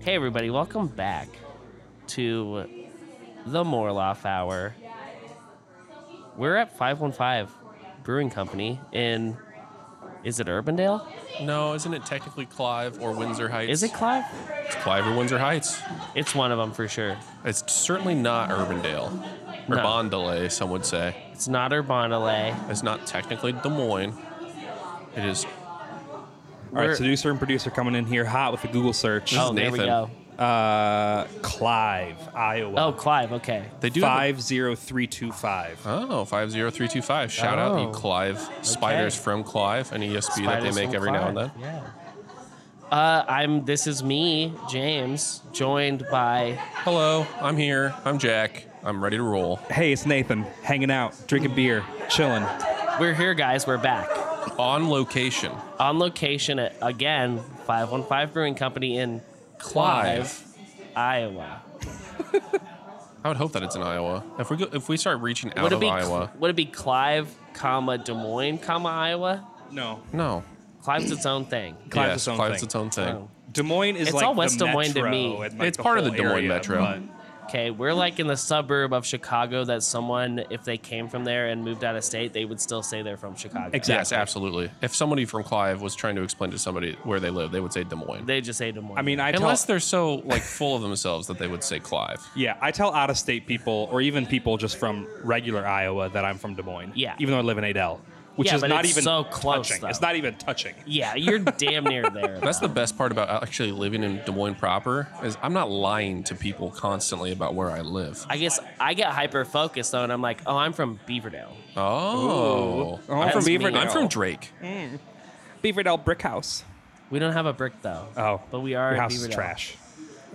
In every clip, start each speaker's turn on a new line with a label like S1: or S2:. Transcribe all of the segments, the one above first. S1: Hey, everybody, welcome back to the Morloff Hour. We're at 515 Brewing Company in, is it Urbandale?
S2: No, isn't it technically Clive or Windsor Heights?
S1: Is it Clive?
S2: It's Clive or Windsor Heights?
S1: It's one of them for sure.
S2: It's certainly not Urbandale. Or
S1: No.
S2: Bondale, some would say.
S1: It's not Urbandale.
S2: It's not technically Des Moines. It is.
S3: All right,
S2: We're-
S3: seducer and producer coming in here hot with a Google search.
S1: Oh, there we
S2: Nathan.
S1: go.
S3: Uh, Clive, Iowa.
S1: Oh, Clive, okay.
S2: They do. have-
S3: 50325.
S2: Oh, 50325. Shout out,
S1: Oh.
S2: you Clive. Spiders from Clive, an ESP that they
S1: Spiders
S2: make
S1: from
S2: every now and then.
S1: Clive, Yeah. Uh, I'm. This is me, James, joined by
S2: Hello, I'm here. I'm Jack. I'm ready to roll.
S3: Hey, it's Nathan, hanging out, drinking beer, chilling.
S1: We're here, guys. We're back
S2: On location.
S1: on location at again 515 Brewing Company in Clive, Iowa.
S2: I would hope that it's in Iowa. If we go, if we start reaching out
S1: Would it
S2: of
S1: be
S2: Iowa,
S1: Would it be Clive, comma Des Moines, comma Iowa?
S3: No.
S2: no.
S1: Clive's its own thing.
S3: Clive's
S2: yes,
S3: its own
S2: Clive's
S3: thing.
S2: its own thing.
S1: Oh.
S3: Des Moines is
S1: It's
S3: like
S1: all West
S3: the
S1: Des Moines to
S3: metro
S1: me.
S3: and, like,
S2: It's part of
S3: whole
S2: the Des Moines
S3: area,
S2: metro.
S3: but-
S1: Okay, we're like in the suburb of Chicago that someone, if they came from there and moved out of state, they would still say they're from Chicago.
S3: Exactly.
S2: Yes, absolutely. If somebody from Clive was trying to explain to somebody where they live, they would say Des Moines.
S1: They just say Des Moines.
S3: I mean, I
S2: Unless
S3: tell,
S2: they're so like full of themselves that they would say Clive.
S3: yeah, I tell out of state people or even people just from regular Iowa that I'm from Des Moines.
S1: Yeah.
S3: Even though I live in Adel, which
S1: Yeah,
S3: is
S1: but
S3: not
S1: it's
S3: even
S1: so close,
S3: touching.
S1: though.
S3: It's not even touching.
S1: Yeah, you're damn near there.
S2: That's the best part about actually living in Des Moines proper is I'm not lying to people constantly about where I live.
S1: I guess I get hyper focused though, and I'm like, oh, I'm from Beaverdale.
S2: Oh,
S3: Oh, I'm
S1: from Beaverdale.
S2: I'm from Drake.
S3: Beaverdale Brick House.
S1: We don't have a brick though.
S3: Oh,
S1: but we are
S3: Your
S1: in
S3: house is
S1: Beaverdale.
S3: trash.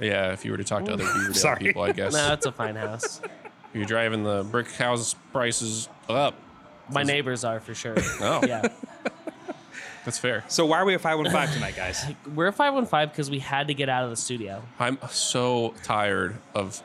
S2: Yeah, if you were to talk to other Beaverdale
S3: Sorry.
S2: people, I guess
S1: No, it's a fine house.
S2: you're driving the brick house prices up.
S1: My neighbors are for sure.
S2: Oh,
S1: Yeah,
S2: that's fair.
S3: So why are we at 515 tonight, guys?
S1: we're five one five because we had to get out of the studio.
S2: I'm so tired of.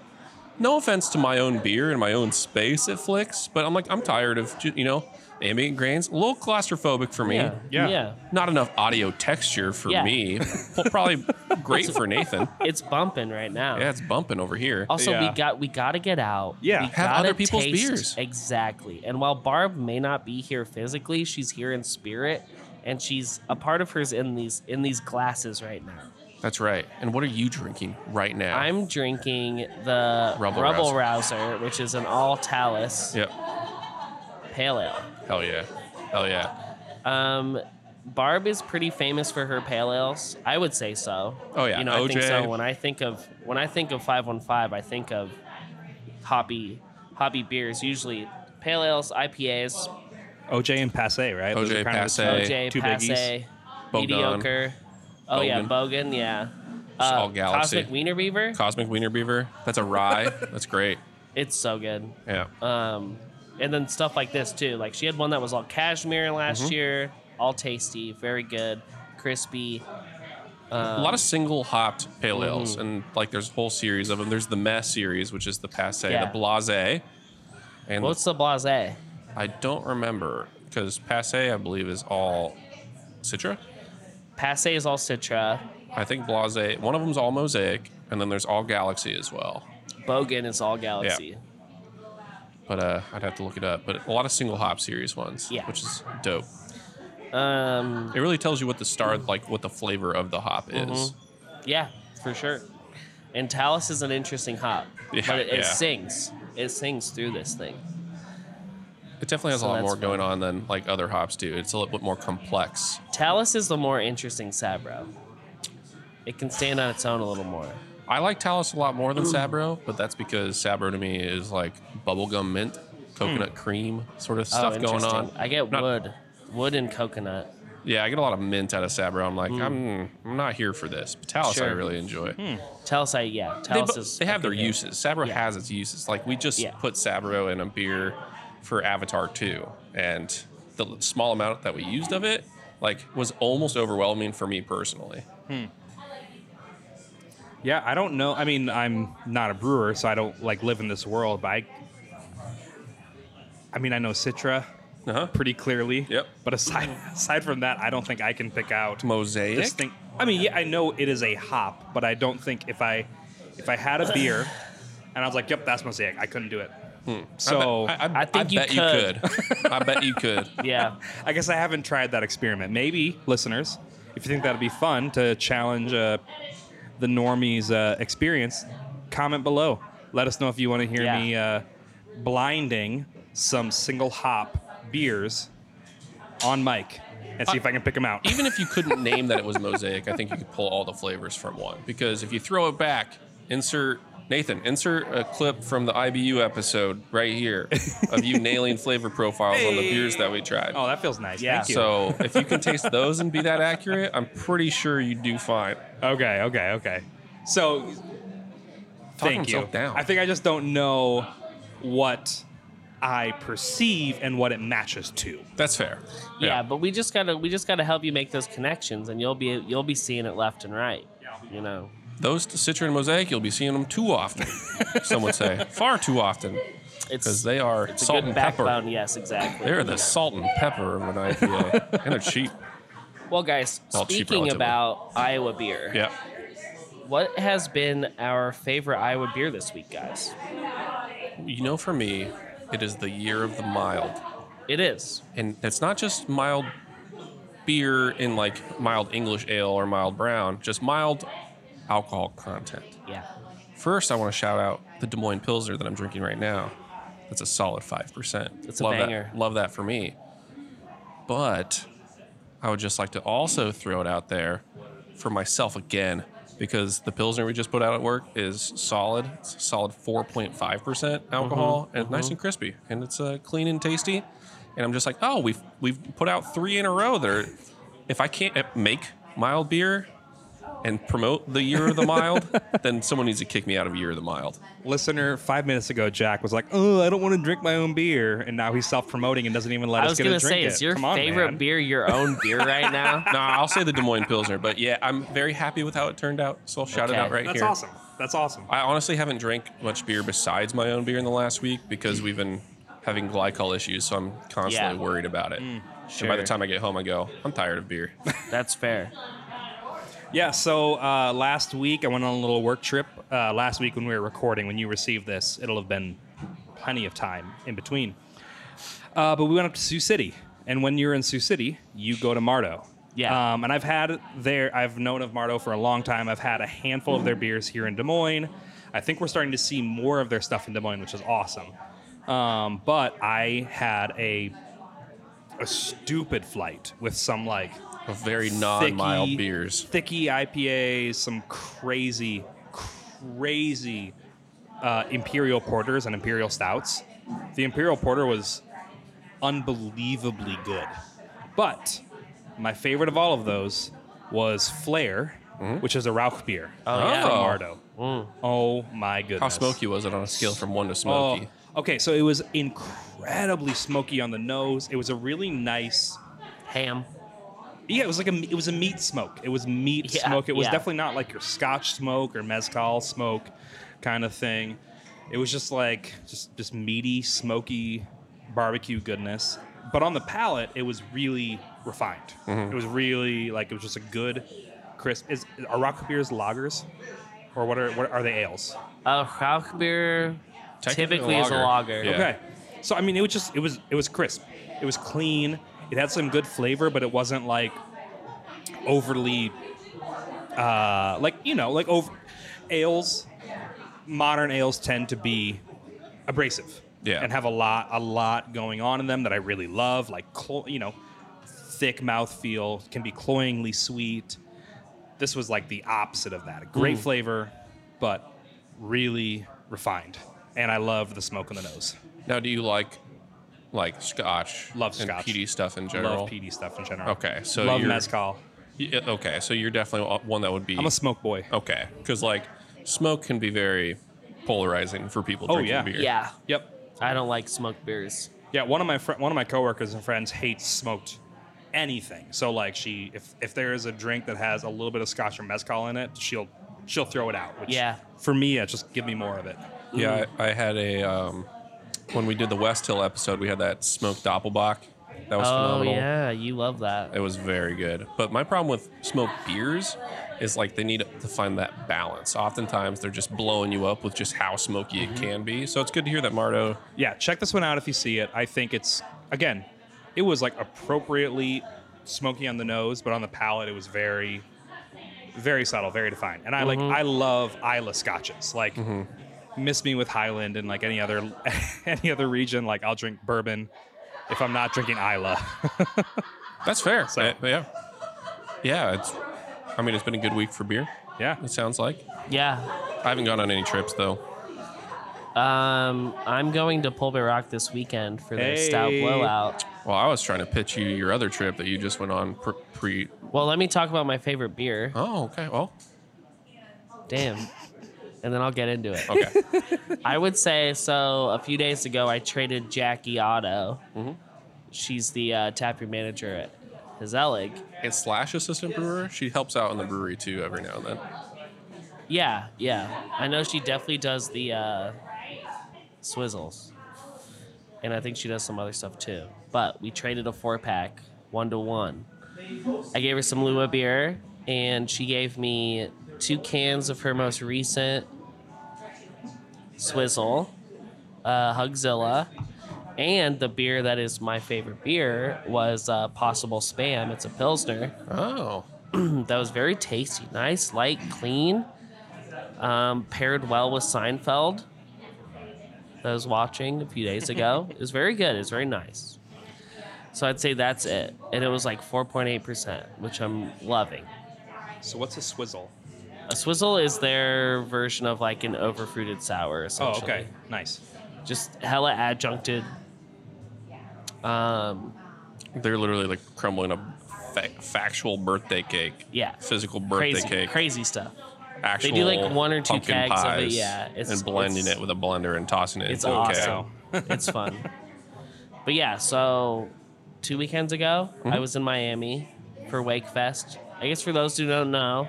S2: No offense to my own beer and my own space at Flicks, but I'm like I'm tired of ju- you know ambient grains. A little claustrophobic for me.
S1: Yeah,
S3: Yeah.
S1: yeah.
S2: Not enough audio texture for
S1: Yeah.
S2: me. Well, probably great for Nathan.
S1: It's bumping right now.
S2: Yeah, it's bumping over here.
S1: Also,
S3: Yeah.
S1: we got we got to get out.
S3: Yeah.
S1: we
S3: Have
S1: gotta
S2: other people's
S1: taste-
S2: beers.
S1: exactly. And while Barb may not be here physically, she's here in spirit, and she's a part of her's in these in these glasses right now.
S2: That's right. And what are you drinking right now?
S1: I'm drinking the Rubble,
S2: Rubble
S1: Rouser. which is an all talus
S2: Yep.
S1: pale ale.
S2: Hell yeah. Hell yeah.
S1: Um, Barb is pretty famous for her pale ales. I would say so.
S2: Oh, yeah.
S1: you know I think
S2: OJ.
S1: so. When I think of when I think of five one five, I think of hoppy hoppy beers. Usually pale ales, IPAs,
S3: OJ and Passe, right? Those
S2: OJ
S3: are kind of the
S2: Passe.
S3: two-
S1: OJ,
S3: two biggies.
S1: Passe,
S2: Bogdan.
S1: mediocre. Oh yeah,
S2: Bogan.
S1: Bogan. Yeah. Uh,
S2: all Galaxy.
S1: Cosmic Wiener Beaver.
S2: Cosmic Wiener Beaver. That's a rye. That's great.
S1: It's so good.
S2: Yeah.
S1: Um, and then stuff like this too. Like she had one that was all cashmere last
S2: Mm-hmm.
S1: year, all tasty, very good, crispy.
S2: Mm. a
S1: Um,
S2: lot of single hopped pale
S1: Mm-hmm.
S2: ales, and like there's a whole series of them. There's the Mess series, which is the Passe,
S1: Yeah.
S2: the Blase, and
S1: What's the blase?
S2: I don't remember because Passe, I believe, is all Citra.
S1: Passe is all Citra.
S2: I think Blase. One of them's all Mosaic, and then there's all Galaxy as well.
S1: Bogan is all Galaxy.
S2: But uh, I'd have to look it up. But a lot of single hop series ones,
S1: Yeah.
S2: which is dope.
S1: Um,
S2: It really tells you what the star, like what the flavor of the hop is.
S1: Mm-hmm. yeah, for sure. And Talus is an interesting hop,
S2: Yeah,
S1: but it, it
S2: yeah.
S1: sings. It sings through this thing.
S2: It definitely has
S1: So
S2: a lot
S1: that's
S2: more going on than like other hops do. It's a little bit more complex.
S1: Talus is the more interesting Sabro. It can stand on its own a little more.
S2: I like Talus a lot more
S1: Mm.
S2: than Sabro, but that's because Sabro to me is like bubblegum mint, coconut cream sort of stuff going
S1: Mm. Oh, interesting.
S2: on.
S1: I get
S2: Not-
S1: wood, wood and coconut.
S2: Yeah, I get a lot of mint out of Sabro. I'm like, I'm, I'm not here for this. But Talus I
S1: Mm. Sure.
S2: really enjoy.
S1: Talus, I yeah.
S2: They,
S1: Talus
S2: bo-
S1: is.
S2: they have their
S1: fucking good.
S2: uses. Sabro
S1: Yeah.
S2: has its uses. Like we just
S1: Yeah.
S2: put Sabro in a beer for Avatar 2 and the l- small amount that we used of it like was almost overwhelming for me personally.
S3: Yeah, I don't know. I mean, I'm not a brewer, so I don't like live in this world. But I, I mean, I know Citra.
S2: Uh-huh.
S3: pretty clearly.
S2: Yep.
S3: But aside aside from that, I don't think I can pick out
S2: Mosaic.
S3: this thing. I mean, yeah, I know it is a hop, but I don't think if I if I had a beer and I was like, "Yep, that's mosaic," I couldn't do it. So
S2: Hmm. I,
S3: I,
S2: bet- I, I,
S1: I think
S2: I
S1: you
S2: bet you could.
S1: could.
S2: I bet you could.
S1: Yeah.
S3: guess I haven't tried that experiment. Maybe listeners, if you think that'd be fun to challenge uh, the normies' uh, experience, comment below. Let us know if you want to hear
S1: Yeah.
S3: me uh, blinding some single hop beers on mic and see if I can pick them out.
S2: Even if you couldn't name that it was mosaic, I think you could pull all the flavors from one. Because if you throw it back, insert Nathan, insert a clip from the IBU episode right here of you nailing flavor profiles on the beers that we tried.
S3: Oh, that feels nice.
S1: Yeah.
S3: Thank you.
S2: So if you can taste those and be that accurate, I'm pretty sure you do fine.
S3: Okay, okay, okay. So, thank you.
S2: himself down.
S3: I think I just don't know what I perceive and what it matches to.
S2: That's fair.
S1: yeah, But we just gotta we just gotta help you make those connections, and you'll be you'll be seeing it left and right. You know.
S2: Those Citron Mosaic, you'll be seeing them too often. some would say far too often because
S1: It's
S2: they are
S1: it's
S2: salt
S1: a good
S2: and pepper.
S1: backbone. Yes, exactly.
S2: They're the salt and pepper of an IPA, and they're cheap.
S1: Well, guys,
S2: Well, cheap
S1: speaking
S2: relatively.
S1: about Iowa beer,
S2: Yeah.
S1: what has been our favorite Iowa beer this week, guys?
S2: You know, for me, it is the year of the mild,
S1: It is.
S2: and it's not just mild beer in like mild English ale or mild brown, just mild alcohol content.
S1: Yeah.
S2: First, I want to shout out the Des Moines Pilsner that I'm drinking right now. That's a solid 5%.
S1: It's a
S2: love
S1: banger.
S2: That, love that for me. But I would just like to also throw it out there for myself again because the Pilsner we just put out at work is solid. It's a solid 4.5%
S1: Mm-hmm,
S2: alcohol and it's nice and crispy and it's uh, clean and tasty. And I'm just like, oh, we've we've put out three in a row that are, if I can't uh, make mild beer and promote the year of the mild, then someone needs to kick me out of year of the mild.
S3: Listener, five minutes ago, Jack was like, "Oh, I don't want to drink my own beer," and now he's self-promoting and doesn't even let
S1: I
S3: us
S1: was
S3: get a
S1: gonna
S3: drink.
S1: say,
S3: it.
S1: is your
S3: Come on,
S1: favorite
S3: man.
S1: beer your own beer right now?
S2: No, I'll say the Des Moines Pilsner, but yeah, I'm very happy with how it turned out. So I'll shout it
S1: Okay.
S2: out right
S3: That's
S2: here.
S3: awesome. That's awesome.
S2: I honestly haven't drank much beer besides my own beer in the last week because we've been having glycol issues, so I'm constantly
S1: Yeah.
S2: worried about it.
S3: Mm,
S2: And by the
S1: sure.
S2: time I get home, I go, I'm tired of beer.
S1: That's fair.
S3: Yeah, so uh, last week I went on a little work trip. Uh, last week when we were recording, when you received this, it'll have been plenty of time in between. Uh, but we went up to Sioux City, and when you're in Sioux City, you go to Mardo.
S1: Yeah.
S3: Um, and I've had their, I've known of Mardo for a long time. I've had a handful of their beers here in Des Moines. I think we're starting to see more of their stuff in Des Moines, which is awesome. Um, but I had a a stupid flight with some like
S2: Of very non-mild beers.
S3: thicky IPAs, some crazy, crazy uh, imperial porters and imperial stouts. The imperial porter was unbelievably good, but my favorite of all of those was Flair, which is a Rauch beer
S2: yeah.
S3: from
S2: Mm-hmm. Oh.
S3: Mardo. Oh my goodness!
S2: How smoky was it on a scale from one to
S3: Oh,
S2: smoky?
S3: okay, so it was incredibly smoky on the nose. It was a really nice.
S1: Ham.
S3: Yeah, it was like a it was a meat smoke. It was meat
S1: Yeah,
S3: smoke. It was
S1: yeah.
S3: definitely not like your Scotch smoke or mezcal smoke kind of thing. It was just like just just meaty, smoky barbecue goodness. But on the palate, it was really refined. It was really like it was just a good crisp. Is are rock beers lagers, or what are what are they ales?
S1: A Rauch beer
S2: Technically a
S1: typically is a
S2: lager.
S1: lager.
S2: Yeah.
S3: Okay. So I mean, it was just it was it was crisp. It was clean. It had some good flavor, but it wasn't like overly uh like you know, like over ales modern ales tend to be abrasive.
S2: Yeah.
S3: And have a lot a lot going on in them that I really love, like clo- you know, thick mouthfeel, can be cloyingly sweet. This was like the opposite of that. A great
S2: Mm.
S3: flavor, but really refined. And I love the smoke on the nose.
S2: Now, do you like like Scotch?
S3: Love
S2: and
S3: Scotch.
S2: PD stuff in
S3: I
S2: general.
S3: Love PD stuff in general.
S2: Okay, so
S3: love
S2: you're-
S3: mezcal.
S2: Yeah, okay, so you're definitely uh, one that would be.
S3: I'm a smoke boy.
S2: okay, because like smoke can be very polarizing for people
S3: Oh,
S2: drinking
S3: yeah.
S2: beer.
S1: Yeah.
S3: Yep.
S1: I don't like smoked beers.
S3: Yeah. One of my fr- one of my coworkers and friends hates smoked anything. So like she, if if there is a drink that has a little bit of scotch or mezcal in it, she'll she'll throw it out. Which
S1: Yeah.
S3: For me, it's just give me more of it.
S1: Mm-hmm.
S2: Yeah, I, I had a um, when we did the West Hill episode, we had that smoked doppelbock, That was
S1: oh
S2: phenomenal.
S1: yeah, you love that.
S2: It was very good. But my problem with smoked beers is like they need to find that balance. Oftentimes they're just blowing you up with just how smoky
S1: Mm-hmm.
S2: it can be. So it's good to hear that Mardo.
S3: Yeah, check this one out if you see it. I think it's again, it was like appropriately smoky on the nose, but on the palate it was very very subtle, very defined. And I
S1: Mm-hmm.
S3: like I love Isla scotches. Like miss me with Highland and like any other any other region like I'll drink bourbon if I'm not drinking Isla.
S2: That's fair.
S3: So-
S2: Uh, yeah. Yeah, it's I mean it's been a good week for beer,
S3: yeah.
S2: it sounds like.
S1: Yeah.
S2: I haven't gone on any trips though.
S1: Um, I'm going to Pulver Rock this weekend for the stout
S3: Hey.
S1: blowout.
S2: Well, I was trying to pitch you your other trip that you just went on pre. pre-
S1: Well, let me talk about my favorite beer.
S2: oh, okay. Well,
S1: Damn. And then I'll get into it.
S2: okay.
S1: I would say so. A few days ago, I traded Jackie Otto. She's the uh, tap room manager at Hazelig.
S2: and slash assistant brewer, she helps out in the brewery too every now and then.
S1: Yeah, yeah. I know she definitely does the uh, swizzles, and I think she does some other stuff too. But we traded a four pack, one to one. I gave her some Lua beer, and she gave me two cans of her most recent swizzle, uh, Hugzilla, and the beer that is my favorite beer was uh, Possible Spam. It's a pilsner
S2: Oh,
S1: that was very tasty. Nice, light, clean. Um, paired well with Seinfeld that I was watching a few days ago. it was very good. It was very nice. So I'd say that's it. And it was like 4.8%, which I'm loving.
S3: So what's a swizzle?
S1: A swizzle is their version of like an overfruited sour,
S3: Oh,
S1: essentially.
S3: okay. Nice.
S1: Just hella adjuncted. Um,
S2: they're literally like crumbling a fa- factual birthday cake.
S1: Yeah.
S2: physical birthday
S1: crazy,
S2: cake.
S1: crazy stuff.
S2: Actual
S1: do, like, one or two
S2: pumpkin
S1: kegs of it,
S2: pies
S1: yeah. It's-
S2: and blending
S1: it's-
S2: it with a blender and tossing it.
S1: It's
S2: into a keg.
S1: awesome. it's fun. But yeah, so two weekends ago, I was in Miami for Wake Fest. I guess for those who don't know,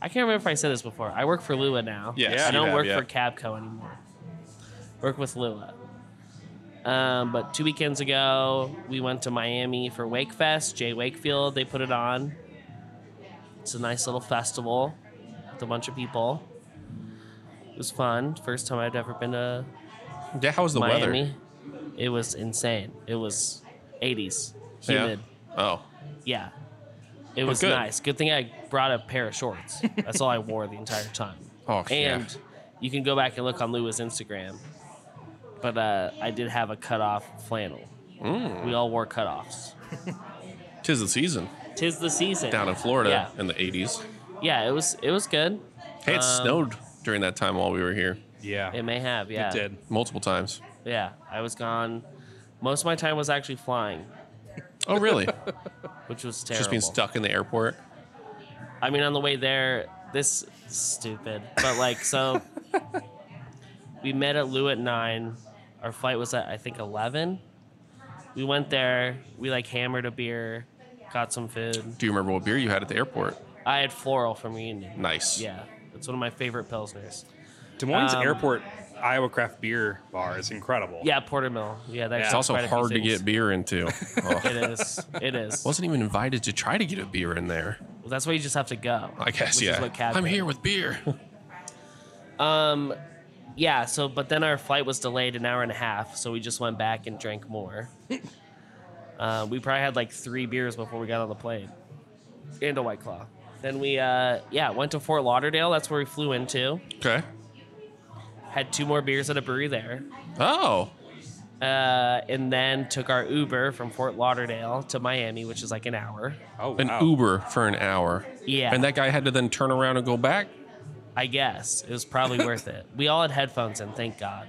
S1: I can't remember if I said this before. I work for Lua now.
S2: Yes,
S1: I
S2: you
S1: don't
S2: have,
S1: work
S2: yeah.
S1: for Cabco anymore. Work with Lua. Um, but two weekends ago, we went to Miami for Wake Fest. Jay Wakefield, they put it on. It's a nice little festival with a bunch of people. It was fun. First time I'd ever been to
S2: Yeah, how was the weather?
S1: Miami. It was insane. It was 80s, humid.
S2: Yeah. Oh,
S1: Yeah. It was
S2: good.
S1: nice. Good thing I brought a pair of shorts. That's all I wore the entire time.
S2: oh, yeah.
S1: And you can go back and look on Lua's Instagram. But uh, I did have a cutoff flannel.
S2: Mm.
S1: We all wore cutoffs.
S2: Tis the season
S1: Tis the season.
S2: down in Florida
S1: Yeah,
S2: in the 80s.
S1: yeah it was it was good.
S2: Hey, it
S1: Um,
S2: snowed during that time while we were here
S3: Yeah.
S1: It may have, yeah.
S3: It did.
S2: multiple times.
S1: Yeah. I was gone. Most of my time was actually flying,
S2: Oh, really?
S1: which was terrible.
S2: Just being stuck in the airport.
S1: I mean, on the way there, this is stupid, but like, so we met at Lou at nine. Our flight was at I think eleven. We went there. We like hammered a beer, got some food.
S2: Do you remember what beer you had at the airport?
S1: I had floral from Reunion.
S2: Nice.
S1: Yeah, it's one of my favorite pilsners.
S3: Des Moines
S1: Um,
S3: Airport Iowa craft beer bar is incredible.
S1: Yeah, portermill. Yeah, that's
S2: It's also hard to get beer into. Oh,
S1: It is. It is.
S2: wasn't even invited to try to get a beer in there.
S1: That's why you just have to go.
S2: I guess,
S1: which
S2: yeah.
S1: Is what Cab
S2: I'm
S1: did.
S2: here with beer.
S1: Um, yeah. So, but then our flight was delayed an hour and a half, so we just went back and drank more. uh, we probably had like three beers before we got on the plane, and a white claw. Then we, uh, yeah, went to Fort Lauderdale. That's where we flew into.
S2: okay.
S1: Had two more beers at a brewery there,
S2: Oh,
S1: uh, and then took our Uber from Fort Lauderdale to Miami, which is like an hour.
S3: Oh,
S2: an
S3: wow.
S2: Uber for an hour.
S1: Yeah.
S2: And that guy had to then turn around and go back?
S1: I guess it was probably worth it. We all had headphones in, thank God.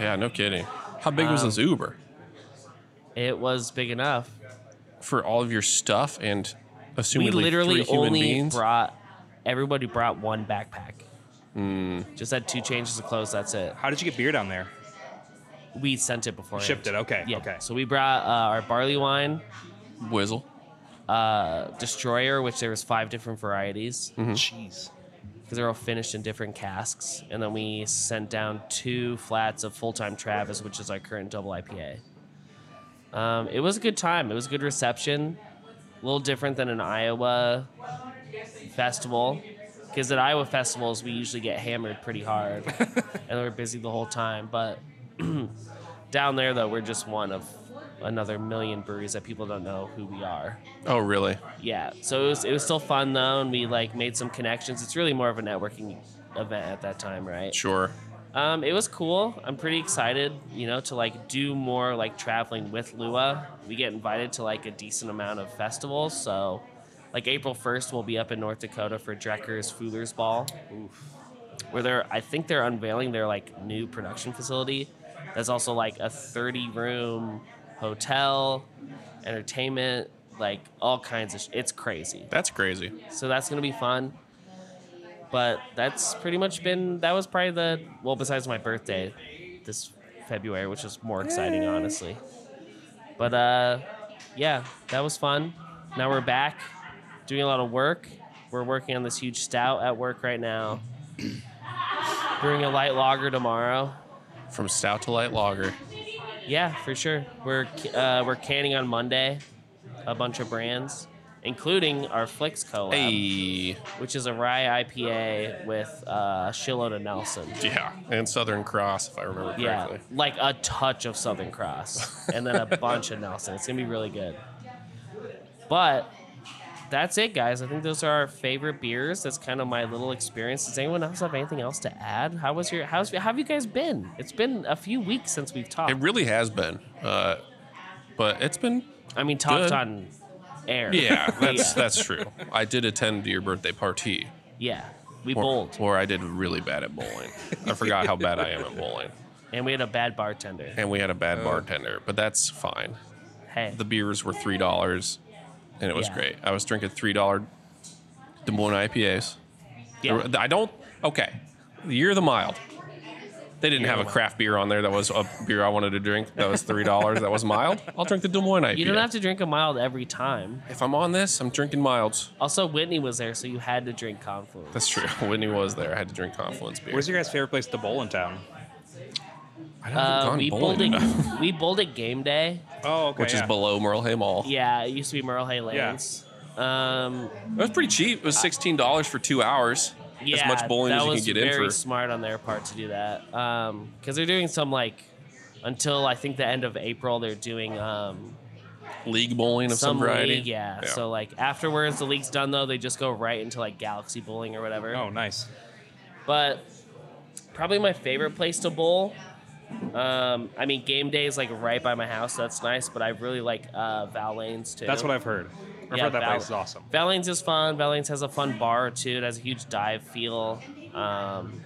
S2: Yeah, no kidding. How big was
S1: Um,
S2: this Uber?
S1: It was big enough.
S2: For all of your stuff and
S1: we
S2: assumedly
S1: literally
S2: three human
S1: only
S2: beings?
S1: brought everybody brought one backpack. Just had two changes of clothes. That's it.
S3: How did you get beer down there?
S1: We sent it before.
S3: Shipped it, okay,
S1: Yeah.
S3: okay.
S1: So we brought uh, our barley wine,
S2: Whizzle.
S1: uh, Destroyer, which there was five different varieties because
S3: Jeez.
S1: they're all finished in different casks, and then we sent down two flats of Full Time Travis, which is our current double IPA. Um, it was a good time. It was a good reception. A little different than an Iowa festival. Because at Iowa festivals, we usually get hammered pretty hard and we're busy the whole time. But down there, though, we're just one of another million breweries that people don't know who we are.
S2: Oh, really?
S1: Yeah. So it was, it was still fun, though, and we like made some connections. It's really more of a networking event at that time, right?
S2: Sure.
S1: Um, it was cool. I'm pretty excited, you know, to like do more like traveling with Lua. We get invited to like a decent amount of festivals, so like April 1st we'll be up in North Dakota for Drecker's Fooler's Ball. Where they're I think they're unveiling their like new production facility. That's also like a 30 room hotel, entertainment, like all kinds of sh- it's crazy.
S2: That's crazy.
S1: So that's gonna be fun. But that's pretty much been that was probably the well besides my birthday this February, which was more exciting honestly. But uh yeah, that was fun. Now we're back doing a lot of work. We're working on this huge stout at work right now. Brewing a light lager tomorrow.
S2: From stout to light lager.
S1: Yeah, for sure. We're uh, we're canning on Monday a bunch of brands, including our Flix collab
S2: Hey.
S1: which is a rye IPA with uh, a shitload of Nelson.
S2: Yeah. And Southern Cross, if I remember
S1: Yeah,
S2: correctly.
S1: like a touch of Southern Cross, and then a bunch of Nelson. It's gonna be really good. But that's it, guys. I think those are our favorite beers. That's kind of my little experience. Does anyone else have anything else to add? How was your? How's how have you guys been? It's been a few weeks since we've talked.
S2: It really has been. Uh, but it's been
S1: I mean, talked
S2: good.
S1: on air.
S2: yeah, that's
S1: yeah.
S2: that's true. I did attend your birthday party.
S1: yeah. We
S2: Or,
S1: bowled,
S2: or I did really bad at bowling. I forgot how bad I am at bowling.
S1: and we had a bad bartender.
S2: And we had a bad
S1: Uh.
S2: bartender, but that's fine.
S1: Hey,
S2: The beers were three dollars and it was
S1: Yeah.
S2: great. I was drinking three dollar Des Moines IPAs.
S1: yeah.
S2: I don't okay. The year of the mild. They didn't have a craft beer on there that was a beer I wanted to drink that was three dollars that was mild. I'll drink the Des Moines IPA.
S1: You don't have to drink a mild every time.
S2: if I'm on this, I'm drinking milds.
S1: Also, Whitney was there, so you had to drink Confluence.
S2: That's true. Whitney was there. I had to drink Confluence beer.
S3: Where's your guys' favorite place to bowl in town?
S2: I
S1: Uh,
S2: haven't
S1: we
S2: gone
S1: bowled
S2: bowling enough.
S1: at, we bowled at game day.
S3: Oh, okay.
S2: Which is
S3: yeah.
S2: below Merle Hay Mall.
S1: Yeah, it used to be Merle Hay Lanes. Um,
S2: It was pretty cheap. It was sixteen dollars for two hours.
S1: Uh, yeah,
S2: as much bowling
S1: that
S2: as you
S1: was
S2: can get
S1: very
S2: in for.
S1: smart on their part to do that. Because they're doing some like until I think the end of April, they're doing um,
S2: league bowling of some,
S1: some
S2: variety.
S1: league. Yeah. So like afterwards, the league's done though. They just go right into like Galaxy Bowling or whatever.
S3: Oh, nice.
S1: but probably my favorite place to bowl. Um, I mean, game day is like right by my house, so that's nice. But I really like uh, Val Lanes too.
S3: That's what I've heard. I've heard that place is awesome.
S1: Val Lanes is fun. Val Lanes has a fun bar too. It has a huge dive feel. Um,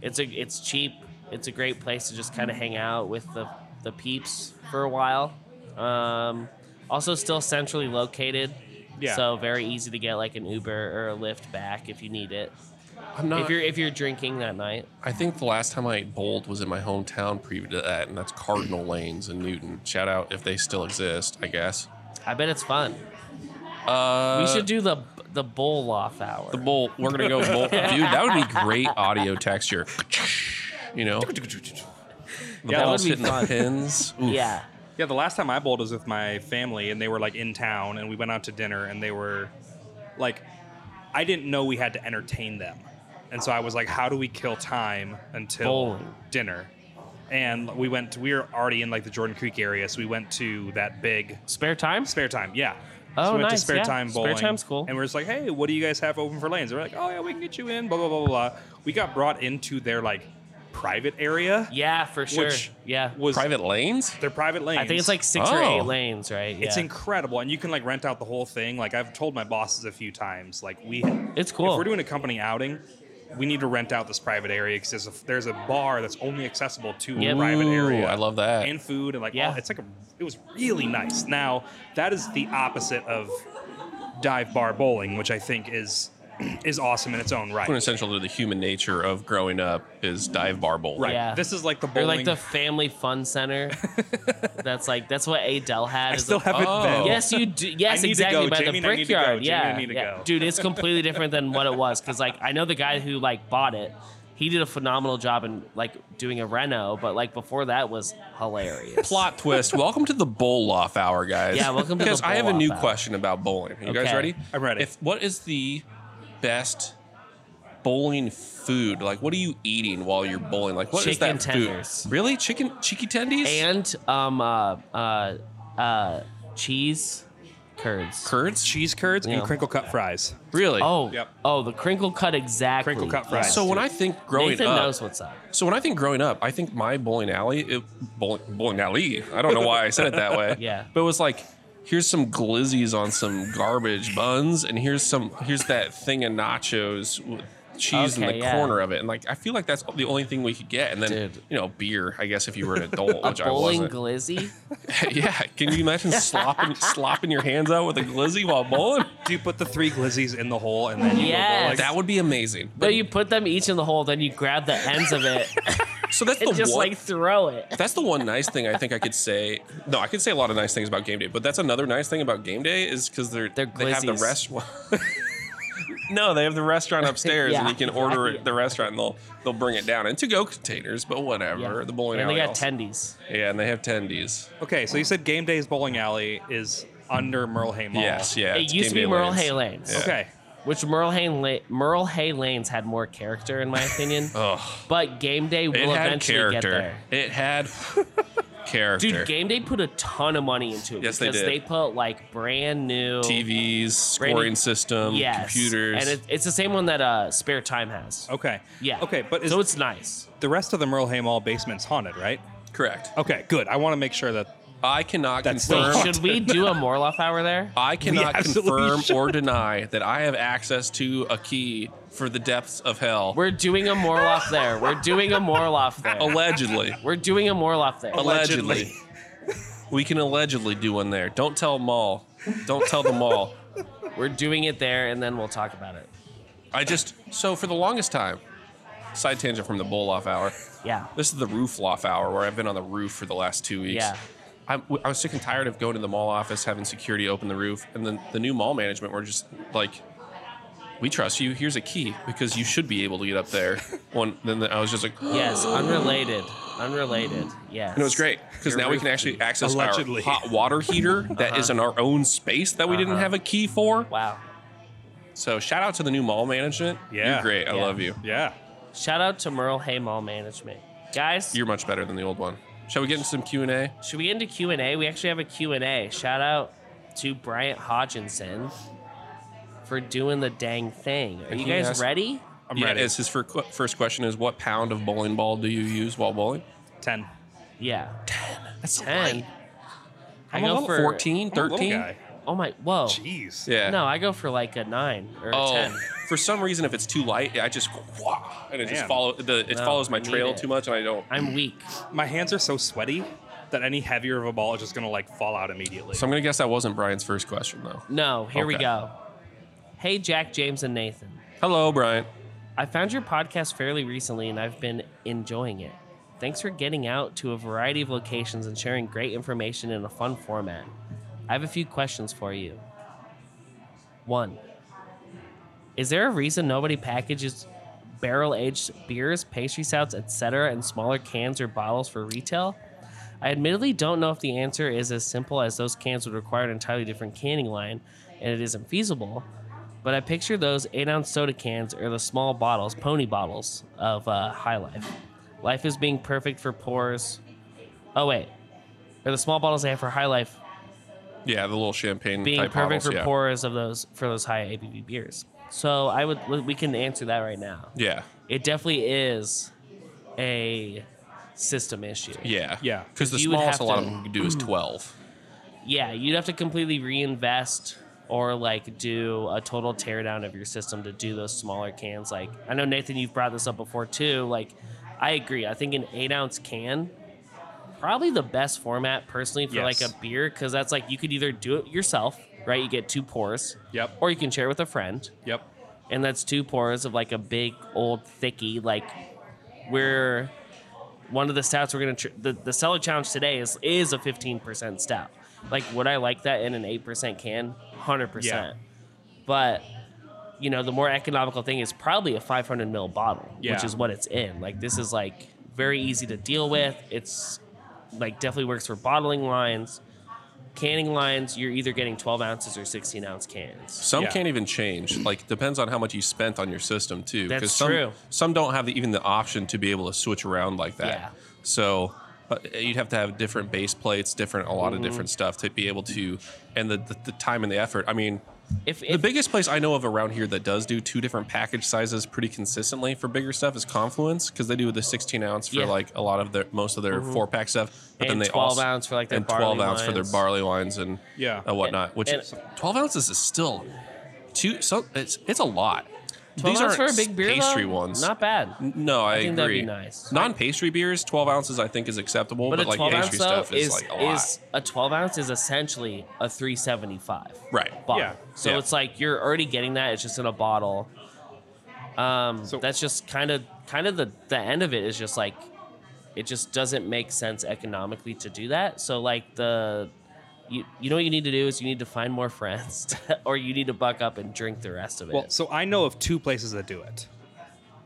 S1: it's a it's cheap. It's a great place to just kind of hang out with the the peeps for a while. Um, also, still centrally located.
S3: Yeah.
S1: So very easy to get like an Uber or a Lyft back if you need it.
S2: I'm not.
S1: if you're if you're drinking that night.
S2: I think the last time I bowled was in my hometown previous to that, and that's Cardinal Lanes in Newton. Shout out if they still exist, I guess.
S1: I bet it's fun.
S2: Uh,
S1: we should do the the bowl off hour.
S2: the bowl. We're gonna go bowl, dude. That would be great audio texture. You know, the
S3: Yeah, that
S2: balls
S1: would be
S2: hitting
S1: fun.
S2: the pins. Oof.
S1: yeah,
S3: Yeah, the last time I bowled was with my family, and they were like in town, and we went out to dinner, and they were like, I didn't know we had to entertain them, and so I was like, how do we kill time until
S1: Bowling.
S3: dinner? And we went. We were already in like the Jordan Creek area, so we went to that big
S1: spare time.
S3: spare time. Yeah.
S1: Oh,
S3: so we went
S1: nice,
S3: to spare
S1: yeah.
S3: time
S1: Spare
S3: bowling.
S1: time's cool.
S3: And we're just like, hey, what do you guys have open for lanes? They're like, oh yeah, we can get you in. Blah blah blah blah. blah. We got brought into their like private area,
S1: Yeah, for sure.
S3: which
S1: yeah,
S3: was
S2: Private lanes?
S3: their private lanes.
S1: I think it's like six or
S2: Oh.
S1: eight lanes, right? Yeah.
S3: It's incredible, and you can like rent out the whole thing. Like I've told my bosses a few times, like we
S1: It's
S3: If
S1: cool.
S3: we're doing a company outing, we need to rent out this private area because there's a, there's a bar that's only accessible to
S1: Yep.
S3: the private area.
S2: Ooh, I love that.
S3: and food and like
S1: Uh, Yeah.
S3: yeah, it's like a, it was really nice. Now that is the opposite of dive bar bowling, which I think is is awesome in its own right.
S2: Quintessential to the human nature of growing up is dive bar bowl.
S3: Right.
S1: Yeah.
S3: This is like the bowling.
S1: Or like the family fun center. that's like that's what Adele had.
S3: I
S1: is
S3: still
S1: a-
S3: haven't
S2: Oh.
S3: been.
S1: Yes, you do. Yes,
S3: need to
S1: exactly.
S3: go,
S1: By
S3: Jamie,
S1: the
S3: I need to go,
S1: brickyard.
S3: Jamie, I
S1: Yeah,
S3: need to
S1: yeah.
S3: go.
S1: dude, it's completely different than what it was. Cause like I know the guy who like bought it, he did a phenomenal job in like doing a reno, but like before that was hilarious.
S2: Plot twist. Welcome to the bowl off hour, guys.
S1: Yeah, welcome to the
S2: Because I have a
S1: bowl-off
S2: new
S1: hour.
S2: question about bowling. Are you guys
S1: Okay.
S2: ready?
S3: I'm ready.
S2: If what is the best bowling food? Like, what are you eating while you're bowling? Like, what is
S1: Chicken
S2: that
S1: tenders.
S2: food? Really, chicken cheeky tendies?
S1: and um uh uh uh cheese curds.
S2: curds?
S3: cheese curds
S1: Yeah.
S3: and crinkle cut fries.
S2: really?
S1: Oh,
S3: Yep.
S1: oh, the crinkle cut exactly.
S3: Crinkle cut fries.
S2: So when I think growing
S1: Nathan
S2: up,
S1: knows what's up.
S2: so when I think growing up, I think my bowling alley, it, bowling, bowling alley. I don't know why I said it that way.
S1: Yeah.
S2: but it was like. Here's some glizzies on some garbage buns, and here's some here's that thing of nachos with cheese in
S1: Okay,
S2: the
S1: yeah.
S2: corner of it, and like I feel like that's the only thing we could get, and then
S1: Dude.
S2: you know beer, I guess if you were an adult,
S1: A
S2: which I
S1: bowling
S2: wasn't.
S1: glizzy.
S2: yeah, can you imagine slopping slopping your hands out with a glizzy while bowling?
S3: Do you put the three glizzies in the hole and then you
S1: Yes.
S3: go
S2: That would be amazing.
S1: no, you put them each in the hole, then you grab the ends of it
S2: so that's the
S1: and just
S2: one,
S1: like throw it.
S2: That's the one nice thing I think I could say. No, I could say a lot of nice things about game day, but that's another nice thing about game day is because they're,
S1: They're
S2: they have the
S1: glizzies.
S2: restaurant. no, they have the restaurant upstairs, and
S1: Yeah.
S2: you can order it at the restaurant, and they'll they'll bring it down in to go containers. But whatever, the bowling
S1: and
S2: alley.
S1: they got
S2: also-
S1: tendies.
S2: Yeah, and they have tendies.
S3: like. Okay, so you said Game Day's bowling alley is under Merle Hay Mall.
S2: Yes, yeah.
S1: it
S2: it's
S1: used to
S2: Game
S1: be
S2: Day
S1: Merle
S2: lanes.
S1: Hay Lanes,
S2: Yeah.
S3: Okay.
S1: which Merle Hay, La- Merle Hay Lanes had more character, in my opinion.
S2: Ugh.
S1: but Game Day will
S2: It had
S1: eventually get
S2: character.
S1: there.
S2: It had character.
S1: Dude, Game Day put a ton of money into it
S2: Yes, they
S1: because
S2: did.
S1: they put like brand new
S2: TVs, scoring
S1: Branding-
S2: system,
S1: yes,
S2: computers.
S1: and it, it's the same one that uh, Spare Time has.
S3: Okay.
S1: Yeah.
S3: Okay, but is
S1: so it's nice.
S3: the rest of the Merle Hay Mall basement's haunted, right?
S2: Correct.
S1: Oh.
S3: Okay, good. I want to make sure that
S2: I cannot
S3: That's
S2: confirm.
S1: Wait, should we do a Morloff hour there?
S2: I cannot
S3: absolutely
S2: confirm
S3: should.
S2: or deny that I have access to a key for the depths of hell.
S1: We're doing a Morloff there. We're doing a Morloff there.
S2: allegedly.
S1: We're doing a Morloff there.
S2: allegedly.
S3: Allegedly.
S2: we can allegedly do one there. Don't tell Maul. Don't tell the Maul.
S1: We're doing it there, and then we'll talk about it.
S2: I just so for the longest time, side tangent from the bowl off hour.
S1: Yeah.
S2: This is the roof loft hour where I've been on the roof for the last two weeks.
S1: Yeah.
S2: I, I was sick and tired of going to the mall office, having security open the roof, and then the new mall management were just like, "We trust you. Here's a key because you should be able to get up there." One, then I was just like,
S1: Yes, unrelated. Unrelated. Yes.
S2: And it was great because
S1: Your
S2: now we
S1: roof
S2: can actually
S1: key.
S2: access
S3: Allegedly.
S2: our hot water heater that is in our own space that we didn't
S1: Uh-huh.
S2: have a key for.
S1: Wow.
S2: So shout out to the new mall management.
S3: Yeah.
S2: you're great. I
S1: Yeah.
S2: love you.
S3: yeah.
S1: Shout out to Merle Hay Mall Management, guys.
S2: You're much better than the old one. Shall we get into some Q and A?
S1: Should we get into Q and A? We actually have a Q and A. Shout out to Bryant Hodginson for doing the dang thing. Are
S2: And
S1: you
S2: he
S1: guys
S2: asked-
S1: ready?
S3: I'm
S2: Yeah,
S3: ready.
S2: it's his fir- first question is what pound of bowling ball do you use while bowling?
S3: 10.
S1: Yeah.
S2: That's
S1: Ten. I
S2: I'm
S1: go
S2: a little
S1: for
S2: 14,
S3: I'm a little
S2: 13.
S3: guy.
S1: Oh my! Whoa.
S3: Jeez.
S2: Yeah.
S1: No, I go for like a nine or a
S2: Oh,
S1: ten.
S2: for some reason, if it's too light, I just wah, and it just
S3: Man.
S2: follow the it
S1: No,
S2: follows
S1: I
S2: my
S1: need
S2: trail
S1: it.
S2: too much, and I don't.
S1: I'm weak.
S3: My hands are so sweaty that any heavier of a ball is just going to like fall out immediately.
S2: So I'm gonna guess that wasn't Brian's first question though.
S1: No, here we
S2: Okay.
S1: go. Hey, Jack, James, and Nathan.
S2: Hello, Brian.
S1: I found your podcast fairly recently and I've been enjoying it. Thanks for getting out to a variety of locations and sharing great information in a fun format. I have a few questions for you. One Is there a reason nobody packages barrel aged beers, pastry stouts, etc., in smaller cans or bottles for retail? I admittedly don't know if the answer is as simple as those cans would require an entirely different canning line, and it isn't feasible. But I picture those eight ounce soda cans or the small bottles, pony bottles of uh, High Life. Life is being perfect for pours. Oh wait, or the small bottles they have for High Life
S2: Yeah, the little champagne
S1: being
S2: type
S1: perfect
S2: bottles,
S1: for
S2: yeah.
S1: pours of those for those high ABV beers. So I would we can answer that right now.
S2: Yeah,
S1: It definitely is a system issue.
S2: yeah,
S3: Yeah.
S2: Because the
S1: You would
S2: smallest a
S1: have
S2: lot of
S1: to-
S2: them can do is twelve.
S1: yeah, you'd have to completely reinvest or like do a total teardown of your system to do those smaller cans. Like I know Nathan, you've brought this up before too. Like I agree. I think an eight ounce can probably the best format personally for
S3: Yes.
S1: like a beer because that's like you could either do it yourself, right? You get two pours,
S3: Yep.
S1: or you can share with a friend
S3: Yep.
S1: and that's two pours of like a big old thicky. Like we're one of the stouts we're gonna tr- the the seller challenge today is is a fifteen percent stout. Like would I like that in an eight percent can? Hundred percent. But you know, the more economical thing is probably a 500 mil bottle,
S3: Yeah.
S1: which is what it's in. Like this is like very easy to deal with. It's like definitely works for bottling lines, canning lines. You're either getting 12 ounces or 16 ounce cans.
S2: Some
S3: Yeah.
S2: can't even change. Like depends on how much you spent on your system too. 'cause
S1: That's
S2: some,
S1: true.
S2: Some don't have the, even the option to be able to switch around like that.
S1: Yeah.
S2: So uh, you'd have to have different base plates, different a
S3: Mm-hmm.
S2: lot of different stuff to be able to, and the, the the time and the effort. I mean,
S1: If,
S2: the
S1: if
S2: biggest place I know of around here that does do two different package sizes pretty consistently for bigger stuff is Confluence because they do the 16 ounce for
S1: Yeah. Mm-hmm.
S2: like a lot of their most of their four pack stuff, but
S1: And
S2: then they
S1: 12
S2: also
S1: ounce for, like, their
S2: and 12
S1: barley
S2: ounce for their
S1: wines.
S2: barley wines and
S3: Yeah.
S2: and whatnot. Which
S1: And-
S2: is, 12 ounces is still two so it's it's a lot.
S1: 12
S2: These
S1: ounce
S2: aren't
S1: for a big beer, though,
S2: pastry ones.
S1: not bad.
S2: N- no, I,
S1: think that'd
S2: agree.
S1: be nice.
S2: Non pastry beers, 12 ounces I think is acceptable, but,
S1: But, a
S2: like
S1: 12 ounce
S2: pastry
S1: though
S2: stuff is,
S1: is,
S2: like a lot.
S1: is a 12 ounce is essentially a 375
S2: Right.
S1: bottle.
S3: Yeah.
S1: So
S2: Yeah.
S1: it's like you're already getting that. It's just in a bottle. Um,
S3: So-
S1: that's just kind of kind of the the end of it is just like it just doesn't make sense economically to do that. So like the you, you know what you need to do is you need to find more friends or you need to buck up and drink the rest of it.
S3: Well, so I know of two places that do it.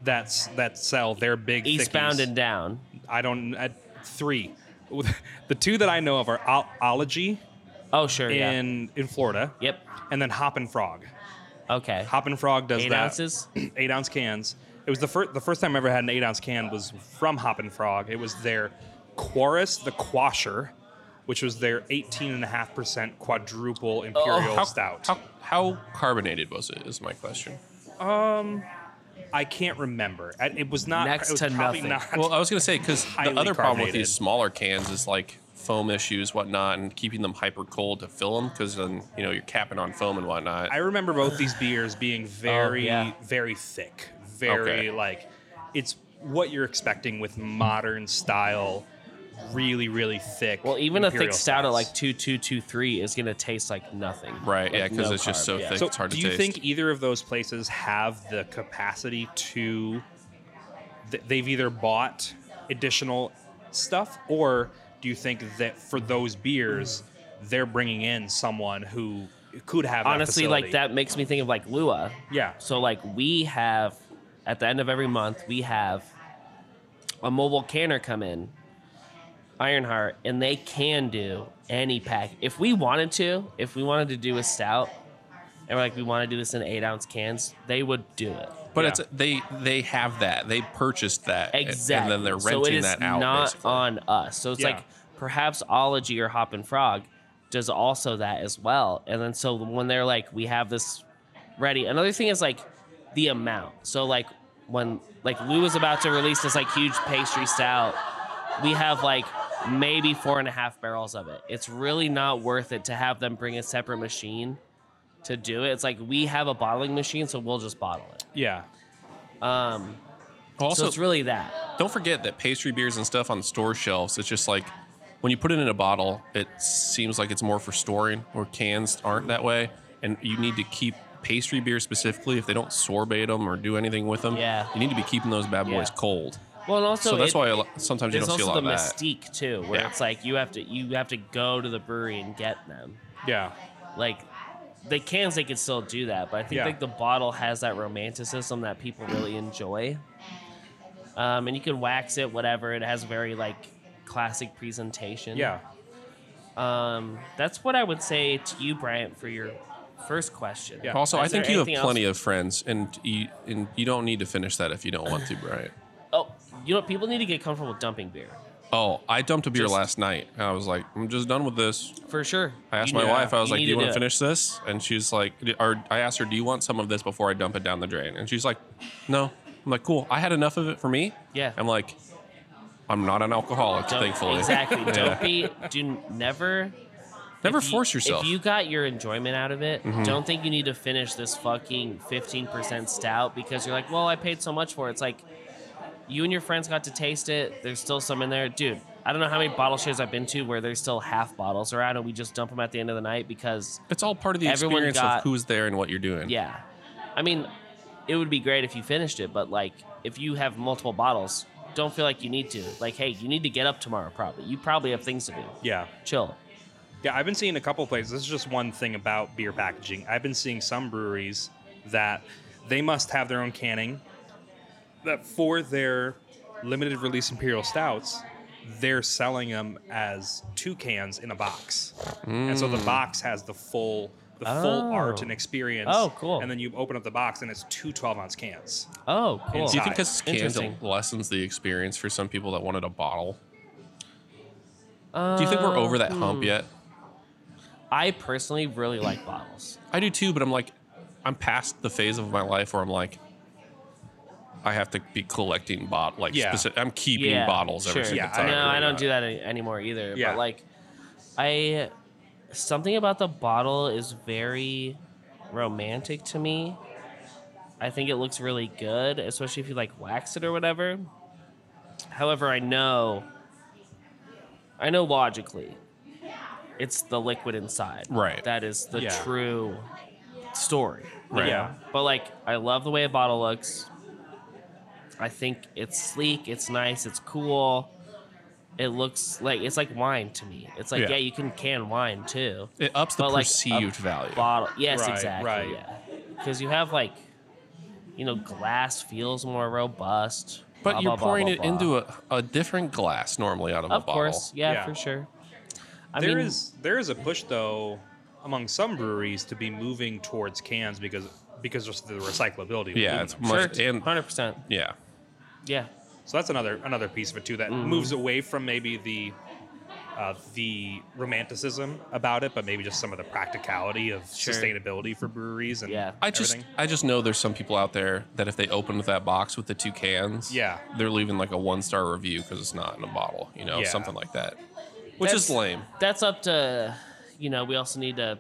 S3: That's that sell their big
S1: Eastbound
S3: thickies.
S1: and down.
S3: I don't at three. The two that I know of are Ol- Ology
S1: Oh sure, yeah.
S3: in in Florida.
S1: Yep.
S3: And then Hop and Frog.
S1: Okay.
S3: Hop and Frog does
S1: Eight
S3: that.
S1: ounces?
S3: eight ounce cans. It was the first the first time I ever had an eight ounce can was from Hop and Frog. It was their Quarus the Quasher, which was their 18.5% quadruple
S1: Oh,
S3: imperial
S2: how,
S3: stout.
S2: How, how carbonated was it is my question.
S3: I can't remember. I- It was not.
S1: Next
S3: it was
S1: to
S3: probably
S1: nothing.
S3: Not,
S2: Well, I was going to say because the
S3: Highly
S2: other problem with
S3: carbonated.
S2: these smaller cans is like foam issues, whatnot, and keeping them hyper cold to fill them because then you know you're capping on foam and whatnot.
S3: I remember both these beers being very,
S1: Oh, yeah.
S3: very thick, very
S2: Okay.
S3: like it's what you're expecting with modern style, really, really thick.
S1: Well, even a thick
S3: imperial
S1: stout at
S3: stouts.
S1: like two two two three is gonna taste like nothing.
S2: right?
S1: Like,
S2: yeah, because
S1: no
S2: it's just
S1: carb,
S2: so
S1: yeah.
S2: thick,
S3: So,
S2: it's hard
S3: do
S2: to
S3: you
S2: taste.
S3: think either of those places have the capacity to? th- They've either bought additional stuff, or do you think that for those beers, they're bringing in someone who could have that
S1: honestly, like
S3: facility?
S1: that makes me think of like Lua.
S3: Yeah.
S1: So like we have at the end of every month we have a mobile canner come in, Ironheart, and they can do any pack. If we wanted to, if we wanted to do a stout, and we're like we want to do this in eight ounce cans, they would do it.
S2: but
S3: Yeah.
S2: it's they they have that they purchased that and-
S1: Exactly.
S2: and then they're
S1: so it
S2: renting
S1: is
S2: that out.
S1: not
S2: basically.
S1: on us. So it's
S3: Yeah.
S1: like perhaps Ology or Hop and Frog does also that as well. And then so when they're like, we have this ready. Another thing is like the amount. So like when like Lou is about to release this like huge pastry stout, we have like maybe four and a half barrels of it. It's really not worth it to have them bring a separate machine to do it. It's like we have a bottling machine, so we'll just bottle it.
S3: yeah,
S1: Um,
S2: also,
S1: so it's really that.
S2: don't forget that pastry beers and stuff on store shelves. It's just like when you put it in a bottle, it seems like it's more for storing, or cans aren't that way, and you need to keep pastry beers specifically if they don't sorbet them or do anything with them.
S1: Yeah.
S2: you need to be keeping those bad boys
S1: Yeah.
S2: cold.
S1: Well, and also
S2: So, that's
S1: it-
S2: why a lo- sometimes you
S1: There's
S2: don't see a
S1: also
S2: lot
S1: the
S2: of that.
S1: mystique too, where
S2: Yeah.
S1: it's like you have to you have to go to the brewery and get them.
S3: yeah,
S1: Like the cans, they can still do that, but I think
S3: Yeah.
S1: like the bottle has that romanticism that people really enjoy. Um, and you can wax it, whatever. It has very like classic presentation.
S3: yeah.
S1: Um, that's what I would say to you, Bryant, for your first question.
S3: Yeah.
S2: Also, I
S1: Is there
S2: think you have
S1: anything
S2: plenty
S1: else?
S2: of friends, and you and you don't need to finish that if you don't want to, Brian.
S1: Oh, you know, people need to get comfortable with dumping beer
S2: Oh, I dumped a beer
S1: Just-
S2: last night. And I was like, I'm just done with this.
S1: for sure.
S2: I asked
S1: You
S2: my
S1: need-
S2: wife, I was like,
S1: need
S2: "Do you want
S1: do
S2: to
S1: it.
S2: finish this?" And she's like, "D- "Or I asked her, do you want some of this before I dump it down the drain?" And she's like, "No." I'm like, "Cool. I had enough of it for me."
S1: Yeah.
S2: I'm like, "I'm not an alcoholic,
S1: Don't-
S2: thankfully."
S1: Exactly.
S2: Yeah.
S1: Don't be. Do never
S2: Never
S1: if you-
S2: force yourself. Mm-hmm.
S1: If you got your enjoyment out of it, don't think you need to finish this fucking 15% stout because you're like, well, I paid so much for it. It's like you and your friends got to taste it. There's still some in there. Dude, I don't know how many bottle shares I've been to where there's still half bottles around and we just dump them at the end of the night because,
S2: it's all part of the
S1: Everyone
S2: experience
S1: got-
S2: of who's there and what you're doing.
S1: yeah. I mean, it would be great if you finished it, but like if you have multiple bottles, don't feel like you need to. Like, hey, you need to get up tomorrow, probably. You probably have things to do.
S3: yeah.
S1: Chill.
S3: Yeah, I've been seeing a couple places. This is just one thing about beer packaging. I've been seeing some breweries that They must have their own canning. That for their limited release imperial stouts, they're selling them as two cans in a box, and so the box has the full the full
S1: Mm. Oh.
S3: art and experience.
S1: Oh, cool.
S3: And then you open up the box, and it's two 12 ounce cans.
S1: Oh, cool.
S2: Do you think this cans
S1: Interesting.
S2: lessens the experience for some people that wanted a bottle? Do you think
S1: Uh,
S2: we're over that
S1: hmm.
S2: hump yet?
S1: I personally really like bottles.
S2: I do too, but I'm like, I'm past the phase of my life where I'm like, I have to be collecting bot like
S3: Yeah.
S2: specific. I'm keeping
S1: Yeah,
S2: bottles every
S1: sure.
S2: single
S3: Yeah, I
S2: time.
S1: No, I don't
S2: do
S1: do that any, anymore either.
S3: Yeah.
S1: But like, I something about the bottle is very romantic to me. I think it looks really good, especially if you like wax it or whatever. However, I know, I know logically, it's the liquid inside.
S2: Right.
S1: That is the
S3: Yeah.
S1: true story.
S2: Right.
S3: Yeah.
S1: But like, I love the way a bottle looks. I think it's sleek. It's nice. It's cool. It looks like it's like wine to me. It's like
S2: Yeah.
S1: yeah, you can can wine too,
S2: It ups the
S1: but like
S2: perceived
S1: a
S2: value.
S1: Bottle, yes,
S3: Right,
S1: exactly.
S3: right.
S1: Yeah, because you have like, you know, glass feels more robust.
S2: but
S1: blah,
S2: you're
S1: blah, blah,
S2: pouring
S1: blah,
S2: it
S1: blah.
S2: into a, a different glass normally out of, a
S1: Of
S2: bottle.
S1: course, yeah,
S3: Yeah.
S1: for sure. I
S3: There is
S1: mean,
S3: there is a push though among some breweries to be moving towards cans because because of the recyclability. of
S2: Yeah,
S3: aluminum.
S2: it's much and
S1: hundred percent.
S2: yeah,
S1: Yeah,
S3: so that's another another piece of it too that
S1: Mm-hmm.
S3: moves away from maybe the uh, the romanticism about it, but maybe just some of the practicality of
S1: Sure.
S3: sustainability for breweries and
S1: Yeah.
S2: I just
S3: everything.
S2: I just know there's some people out there that if they open that box with the two cans,
S3: Yeah.
S2: they're leaving like a one star review because it's not in a bottle, you know,
S3: Yeah.
S2: something like that, which is
S1: That's-
S2: lame.
S1: that's up to you know we also need to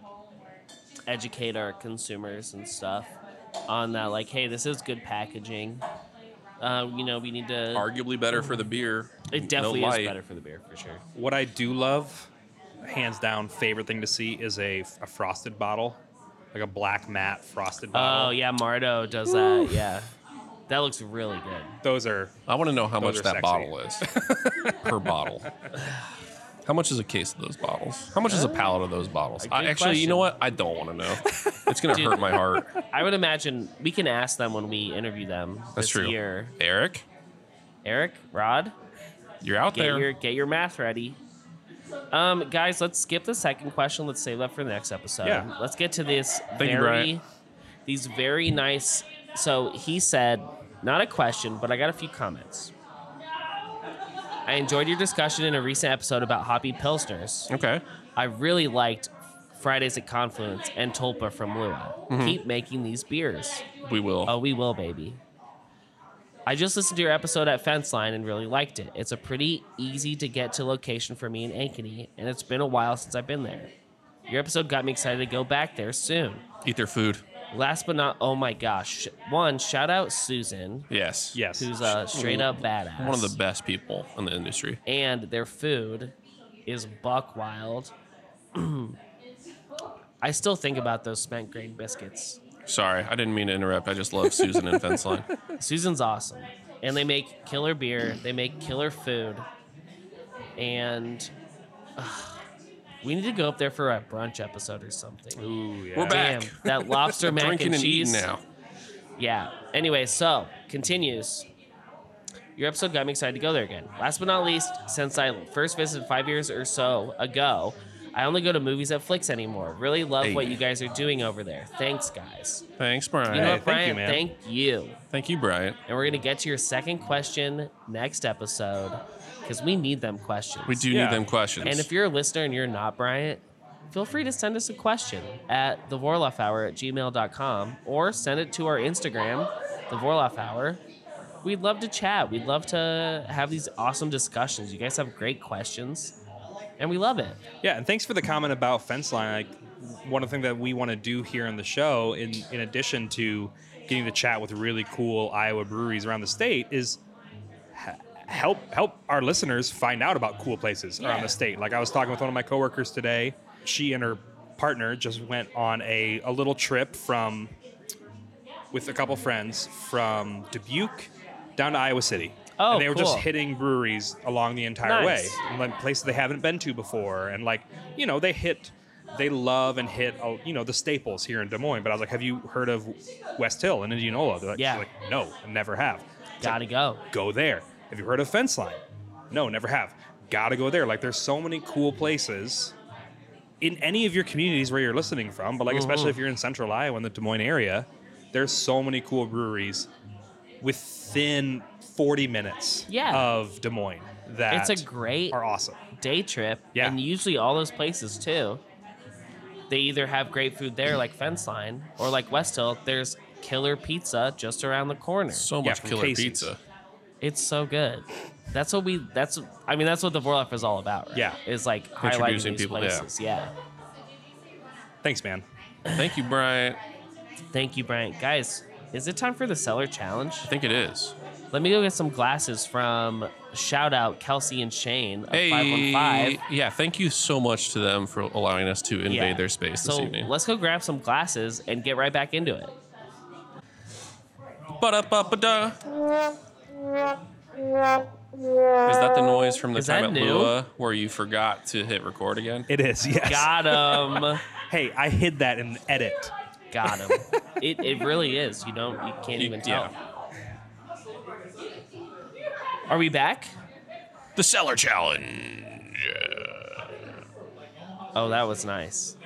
S1: educate our consumers and stuff on that like hey this is good packaging uh, you know we need to
S2: Arguably better for the beer.
S1: it definitely
S2: no
S1: is
S2: light.
S1: better for the beer for sure
S3: What I do love, hands down, favorite thing to see is a, a frosted bottle, like a black matte frosted bottle.
S1: oh yeah mardo does that yeah that looks really good
S3: Those are
S2: I want to know how
S3: Those
S2: much
S3: are
S2: that
S3: sexy.
S2: bottle is per bottle. How much is a case of those bottles? How much is a pallet of those bottles?
S1: Uh, a
S2: I,
S1: good
S2: actually, you know what? I don't want to know. It's gonna
S1: Dude.
S2: hurt my heart.
S1: i would imagine we can ask them when we interview them
S2: That's
S1: this
S2: true.
S1: year
S2: Eric,
S1: eric rod
S2: you're out
S1: get
S2: there.
S1: your get your math ready um guys let's skip the second question let's save that for the next episode
S3: Yeah.
S1: let's get to this
S2: Thank you,
S1: very
S2: Bryant.
S1: these very nice so he said not a question but i got a few comments i enjoyed your discussion in a recent episode about hoppy pilsners
S2: Okay.
S1: i really liked fridays at confluence and tulpa from lua
S2: Mm-hmm.
S1: keep making these beers
S2: We will.
S1: Oh, we will, baby. I just listened to your episode at Fence Line and really liked it. It's a pretty easy to get to location for me in Ankeny, and it's been a while since I've been there. Your episode got me excited to go back there soon.
S2: Eat their food.
S1: Last but not, oh my gosh. One, shout out Susan,
S2: Yes.
S3: yes.
S1: who's uh, a straight up badass.
S2: One of the best people in the industry.
S1: and their food is buck wild. I still think about those spent grain biscuits.
S2: Sorry, I didn't mean to interrupt. I just love Susan and Fenceline.
S1: Susan's awesome. And they make killer beer, they make killer food. And ugh, we need to go up there for a brunch episode or something.
S3: Ooh, yeah.
S2: We're back.
S1: Damn, that lobster mac
S2: Drinking
S1: and
S2: and
S1: cheese.
S2: eating now.
S1: Yeah. Anyway, so continues. Your episode got me excited to go there again. Last but not least, since I first visited five years or so ago, I only go to movies at Flicks anymore. Really love
S2: Hey.
S1: what you guys are doing over there. Thanks, guys.
S2: Thanks, Brian.
S1: You know
S3: Hey,
S1: what,
S3: thank you,
S1: Brian?
S3: man.
S1: Thank you.
S2: Thank you, Brian.
S1: And we're going to get to your second question next episode because we need them questions.
S2: We do
S3: Yeah.
S2: need them questions.
S1: And if you're a listener and you're not Bryant, feel free to send us a question at the Vorloff Hour at gmail.com or send it to our Instagram, the Vorloff Hour. We'd love to chat. We'd love to have these awesome discussions. You guys have great questions, and we love it.
S3: Yeah, and thanks for the comment about fence line. Like one of the things that we want to do here on the show, in in addition to getting to chat with really cool Iowa breweries around the state, is h- help help our listeners find out about cool places around
S1: Yeah.
S3: the state. Like I was talking with one of my coworkers today. She and her partner just went on a, a little trip from with a couple friends from Dubuque down to Iowa City.
S1: Oh,
S3: and they were just
S1: cool.
S3: hitting breweries along the entire
S1: Nice.
S3: way and like places they haven't been to before and like you know they hit they love and hit uh, you know the staples here in Des Moines. But I was like, have you heard of West Hill in Indianola? They're like,
S1: Yeah.
S3: she's like, no, I never have. It's like,
S1: Gotta go.
S3: go there. Have you heard of Fence Line? No, never have. Gotta go there. Like there's so many cool places in any of your communities where you're listening from, but like especially
S1: Mm-hmm.
S3: if you're in central Iowa in the Des Moines area, there's so many cool breweries within 40 minutes
S1: Yeah.
S3: of Des Moines that
S1: It's a great-
S3: are awesome.
S1: Day trip.
S3: Yeah.
S1: And usually all those places too. They either have great food there, like Fence Line, or like West Hill. There's killer pizza just around the corner.
S2: So
S3: Yeah,
S2: much
S3: from
S2: killer
S3: Casey's.
S2: pizza.
S1: It's so good. That's what we. That's. I mean, that's what the Vorloff is all about. Right?
S3: Yeah.
S1: Is like highlighting
S2: Introducing
S1: these
S2: people, yeah.
S1: places. Yeah.
S3: Thanks, man.
S2: Thank you, Bryant.
S1: Thank you, Bryant. Guys, is it time for the seller challenge?
S2: I think it is.
S1: Let me go get some glasses from shout out Kelsey and Shane of
S2: Hey,
S1: 515.
S2: yeah, thank you so much to them for allowing us to invade
S1: Yeah.
S2: their space
S1: So
S2: this evening.
S1: let's go grab some glasses and get right back into it.
S2: Ba-da-ba-ba-da. Is that the noise from the
S1: Is
S2: time
S1: that
S2: at
S1: new?
S2: Lua where you forgot to hit record again?
S3: It is, yes.
S1: Got him.
S3: Hey, I hid that in the edit.
S1: Got him. it, it really is. You don't. You can't
S2: You-
S1: even
S2: yeah.
S1: tell. Are we back?
S2: The Cellar Challenge.
S1: Oh, that was nice.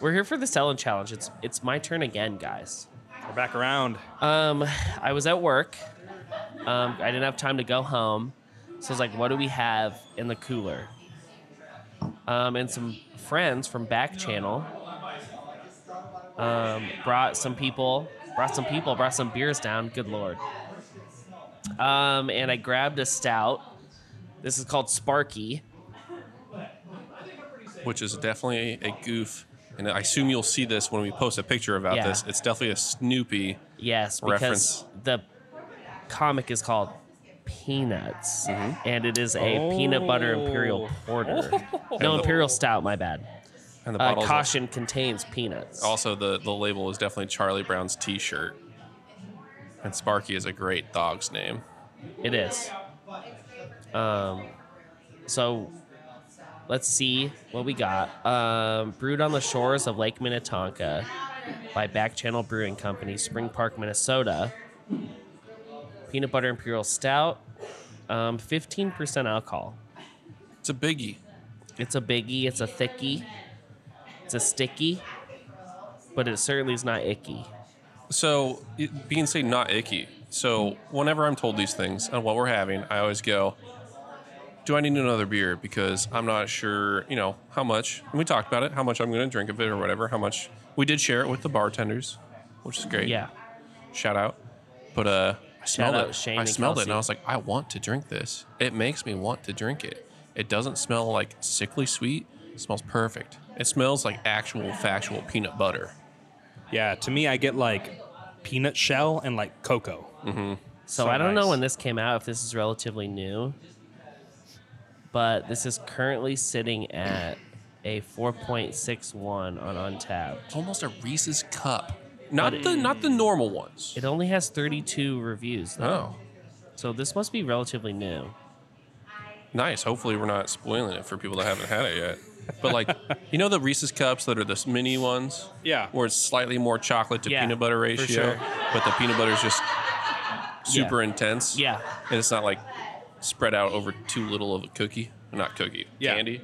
S1: We're here for the selling challenge. It's it's my turn again, guys.
S3: We're back around.
S1: Um, I was at work. Um, I didn't have time to go home, so I was like, "What do we have in the cooler?" Um, and some friends from back channel um, brought some people, brought some people, brought some beers down. Good lord. Um, and I grabbed a stout. This is called Sparky.
S2: Which is definitely a goof. And I assume you'll see this when we post a picture about
S1: Yeah.
S2: this. It's definitely a Snoopy.
S1: Yes, because
S2: reference.
S1: the comic is called Peanuts,
S2: Mm-hmm.
S1: and it is a peanut butter imperial
S3: Oh.
S1: porter. no,
S2: the-
S1: imperial stout. My bad.
S2: And the
S1: Uh,
S2: bottles.
S1: caution contains peanuts.
S2: Also, the, the label is definitely Charlie Brown's t shirt. And Sparky is a great dog's name.
S1: It is. Um, so let's see what we got. Um, brewed on the shores of Lake Minnetonka by Back Channel Brewing Company, Spring Park, Minnesota. Peanut butter imperial stout, um, 15% alcohol.
S2: It's a biggie.
S1: It's a biggie. It's a thicky. It's a sticky. But it certainly is not icky.
S2: So it, being say not icky. So whenever I'm told these things and what we're having, I always go, "Do I need another beer?" Because I'm not sure, you know, how much. And we talked about it, how much I'm going to drink of it or whatever. How much we did share it with the bartenders, which is great.
S1: Yeah.
S2: shout out. But uh, I smelled
S1: out
S2: it.
S1: Shane
S2: I
S1: and
S2: smelled it,
S1: Kelsey.
S2: and I was like, "I want to drink this. It makes me want to drink it. It doesn't smell like sickly sweet. It smells perfect. It smells like actual factual peanut butter."
S3: Yeah, to me, I get like peanut shell and like cocoa.
S1: So,
S3: So
S1: I don't
S3: nice.
S1: know when this came out, if this is relatively new. But this is currently sitting at a 4.61 on Untapped.
S2: almost a Reese's cup. Not the not the normal ones.
S1: It only has 32 reviews, though.
S2: Oh,
S1: So this must be relatively new.
S2: nice. Hopefully we're not spoiling it for people that haven't had it yet. But like, you know the Reese's cups that are the mini ones.
S3: Yeah.
S2: Where it's slightly more chocolate to
S1: Yeah,
S2: peanut butter
S1: for
S2: ratio,
S1: sure.
S2: but the peanut butter is just super intense.
S1: Yeah.
S2: And it's not like spread out over too little of a cookie. Not cookie.
S3: Yeah.
S2: Candy.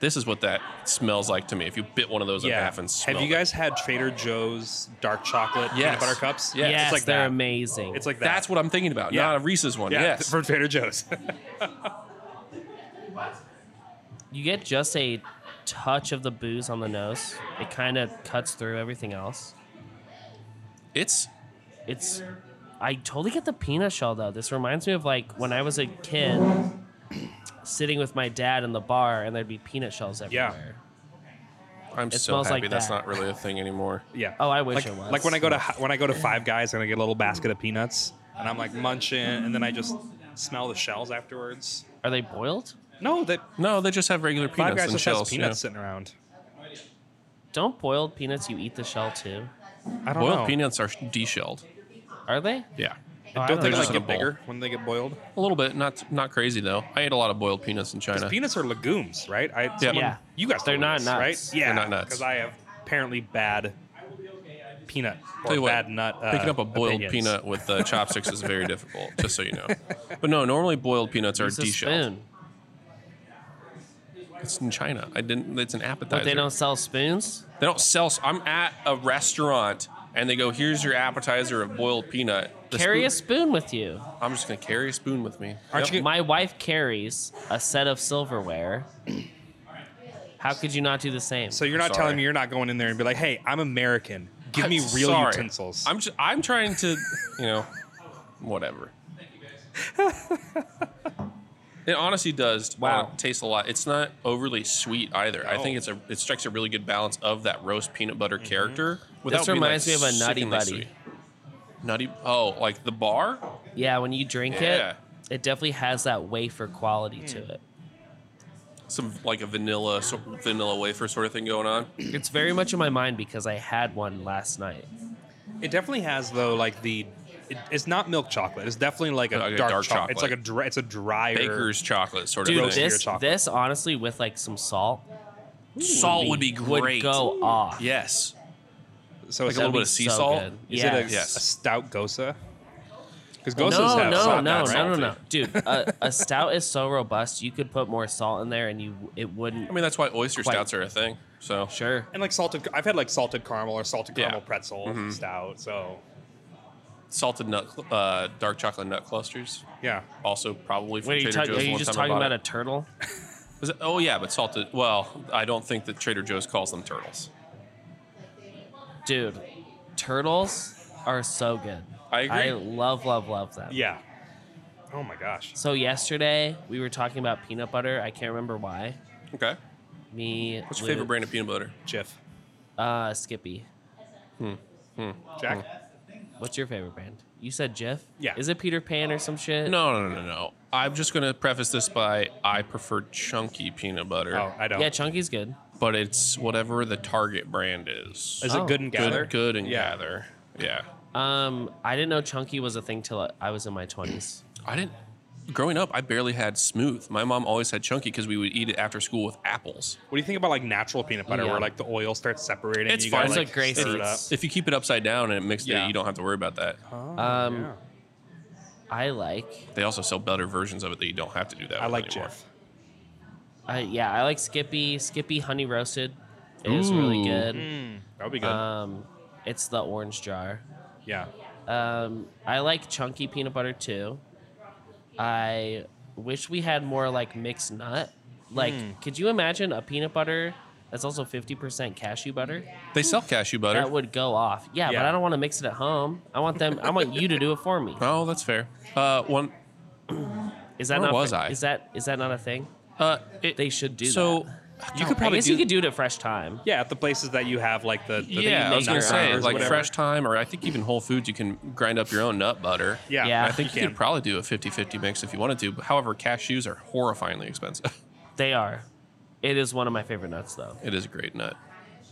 S2: This is what that smells like to me. If you bit one of those in half and smelled
S3: Have you
S2: it.
S3: guys had Trader Joe's dark chocolate
S2: Yes.
S3: peanut butter cups?
S2: Yes.
S1: yes,
S3: it's like
S1: they're
S3: that.
S1: amazing.
S3: It's like that.
S2: That's what I'm thinking about.
S3: Yeah.
S2: Not a Reese's one.
S3: yeah,
S2: yes.
S3: from Trader Joe's.
S1: you get just a touch of the booze on the nose. It kind of cuts through everything else.
S2: it's
S1: It's. I totally get the peanut shell though. This reminds me of like when I was a kid, sitting with my dad in the bar, and there'd be peanut shells
S3: Yeah.
S1: everywhere.
S2: I'm
S1: It
S2: so
S1: smells
S2: happy
S1: like
S2: that's
S1: that.
S2: not really a thing anymore.
S3: yeah.
S1: Oh, I wish
S3: like,
S1: it was.
S3: Like when I go to when I go to Five Guys and I get a little basket of peanuts and I'm like munching and then I just smell the shells afterwards.
S1: Are they boiled?
S3: No, that
S2: No, they just have regular peanuts
S3: Five Guys
S2: and
S3: just
S2: shells.
S3: has peanuts sitting around.
S1: Don't boiled peanuts. You eat the shell too.
S3: I don't
S2: Boiled
S3: know.
S2: peanuts are deshelled.
S1: Are they?
S2: Yeah.
S1: Oh, I
S3: Don't
S1: like
S3: they
S2: They're
S3: like
S2: just in a
S3: get
S2: bowl.
S3: bigger when they get boiled?
S2: A little bit, not not crazy though. I ate a lot of boiled peanuts in China.
S3: Because peanuts are legumes, right? I, someone-
S1: Yeah.
S3: You guys
S1: They're
S3: told me
S1: not
S3: this,
S1: nuts.
S3: right?
S1: They're
S3: Yeah,
S2: not nuts.
S3: Because I have apparently bad peanut or
S2: Tell you what,
S3: bad nut. Uh,
S2: Picking up a boiled
S3: opinions.
S2: peanut with uh, chopsticks is very difficult, just so you know. But no, normally boiled peanuts are
S1: Use a
S2: de-shelled.
S1: spoon.
S2: It's in China. I didn't. It's an appetizer.
S1: But they don't sell spoons.
S2: They don't sell. s- I'm at a restaurant and they go, "Here's your appetizer of boiled peanut." The
S1: Carry a
S2: spoon-
S1: spoon with you.
S2: I'm just gonna carry a spoon with me.
S3: Aren't you
S1: My wife carries a set of silverware. How could you not do the same?
S3: So you're
S2: I'm
S3: not telling
S2: sorry.
S3: me you're not going in there and be like, "Hey, I'm American. Give me
S2: I'm
S3: real
S2: sorry.
S3: utensils."
S2: I'm just. I'm trying to. You know, whatever. It honestly does
S1: Wow.
S2: uh, taste a lot. It's not overly sweet either. I
S3: No. Mm-hmm.
S2: think it's a it strikes a really good balance of that roast peanut butter character. without being,
S1: reminds me of a Nutty
S2: sickeningly
S1: Buddy.
S2: sweet. Nutty oh, like the bar?
S1: yeah, when you drink
S2: Yeah. Hmm.
S1: it, it definitely has that wafer quality to it.
S2: Some like a vanilla so, vanilla wafer sort of thing going on.
S1: It's very much in my mind because I had one last night.
S3: it definitely has though, like the. it- it's not milk chocolate. It's definitely like a
S2: Like a
S3: dark,
S2: dark
S3: chocolate. It's like a
S2: chocolate.
S3: dry, It's a drier.
S2: Baker's chocolate sort of
S1: Dude,
S3: roast
S2: thing.
S3: your
S1: this
S3: chocolate.
S1: this honestly with like some salt
S2: Salt would be
S1: would
S2: great.
S1: go off.
S2: Yes.
S3: So
S2: Like
S3: it's
S2: a little
S1: That'd
S2: bit
S1: be
S2: of sea
S1: so
S2: salt.
S1: good.
S3: Is
S1: yeah.
S3: it a,
S2: Yes.
S3: a stout gosa? Because
S1: No,
S3: gosas
S1: no,
S3: have
S1: no,
S3: salt,
S2: not
S1: no,
S2: that
S1: no,
S2: salty.
S1: no, dude. A, a stout is so robust. You could put more salt in there, and you it wouldn't.
S2: I mean that's why oyster
S1: Quite.
S2: stouts are a thing. So
S1: sure.
S3: and like salted. I've had like salted caramel or salted
S2: Yeah. Mm-hmm.
S3: caramel pretzel stout. So
S2: salted nut cl- uh, dark chocolate nut clusters.
S3: yeah,
S2: Also probably from
S1: Wait, are you,
S2: Trader
S1: ta-
S2: Joe's
S1: are you
S2: one
S1: just
S2: time I
S1: talking
S2: bought
S1: about
S2: it.
S1: a turtle?
S2: Was it- oh yeah, but salted. Well, I don't think that Trader Joe's calls them turtles.
S1: Dude, turtles are so good.
S2: I agree.
S1: I love, love, love them.
S3: yeah. Oh my gosh.
S1: So yesterday we were talking about peanut butter. I can't remember why.
S2: Okay.
S1: Me.
S2: What's your
S1: Luke,
S2: favorite brand of peanut butter?
S3: Jeff,
S1: Uh, Skippy.
S3: Jack.
S2: Oh.
S1: What's your favorite brand? You said Jif.
S3: Yeah.
S1: Is it Peter Pan or some shit?
S2: No, no, no, no, no. I'm just gonna preface this by I prefer chunky peanut butter,
S3: Oh, I don't.
S1: Yeah, Chunky's good.
S2: but it's whatever the Target brand is.
S3: Is
S1: Oh.
S3: it good and gather?
S2: Good, good and
S3: Yeah.
S2: gather. Yeah.
S1: Um, I didn't know Chunky was a thing till I was in my twenties.
S2: I didn't. Growing up, I barely had smooth. My mom always had chunky because we would eat it after school with apples.
S3: What do you think about like natural peanut butter,
S1: Yeah.
S3: where like the oil starts separating?
S2: It's
S3: you
S2: fine.
S3: gotta,
S2: It's
S3: like,
S1: like Grace
S3: stir it up.
S1: Eats.
S2: If you keep it upside down and it mixed
S3: Yeah.
S2: it, you don't have to worry about that.
S1: Um,
S3: Yeah.
S1: I like.
S2: They also sell better versions of it that you don't have to do that.
S3: I
S2: with
S3: like
S2: anymore.
S3: Jeff.
S1: I yeah, I like Skippy. Skippy honey roasted. It is really
S2: Ooh. Mm.
S1: good.
S3: That would be good.
S1: Um, it's the orange jar.
S3: yeah.
S1: Um, I like chunky peanut butter too. I wish we had more like mixed nut. Like,
S2: Hmm.
S1: could you imagine a peanut butter that's also fifty percent cashew butter?
S2: They sell cashew butter.
S1: That would go off. Yeah, but
S3: Yeah.
S1: I don't want to mix it at home. I want them. I want you to do it for me.
S2: oh, that's fair. Uh, one.
S1: Is that
S2: Where
S1: not
S2: was
S1: fa-
S2: I?
S1: Is that is that not a thing?
S2: Uh, it,
S1: They should do
S2: so
S1: that.
S2: you could
S1: I
S2: probably
S1: guess
S2: do.
S1: you could do it at Fresh Time.
S3: Yeah, at the places that you have like the, the thing you
S2: yeah, I
S3: make
S2: was gonna
S3: your own
S2: say
S3: or
S2: like
S3: whatever.
S2: Fresh Time, or I think even Whole Foods, you can grind up your own nut butter.
S3: Yeah,
S1: Yeah.
S2: I think you,
S3: you
S2: could
S3: can.
S2: probably do a 50-50 mix if you wanted to. But however, cashews are horrifyingly expensive.
S1: They are. It is one of my favorite nuts, though.
S2: it is a great nut.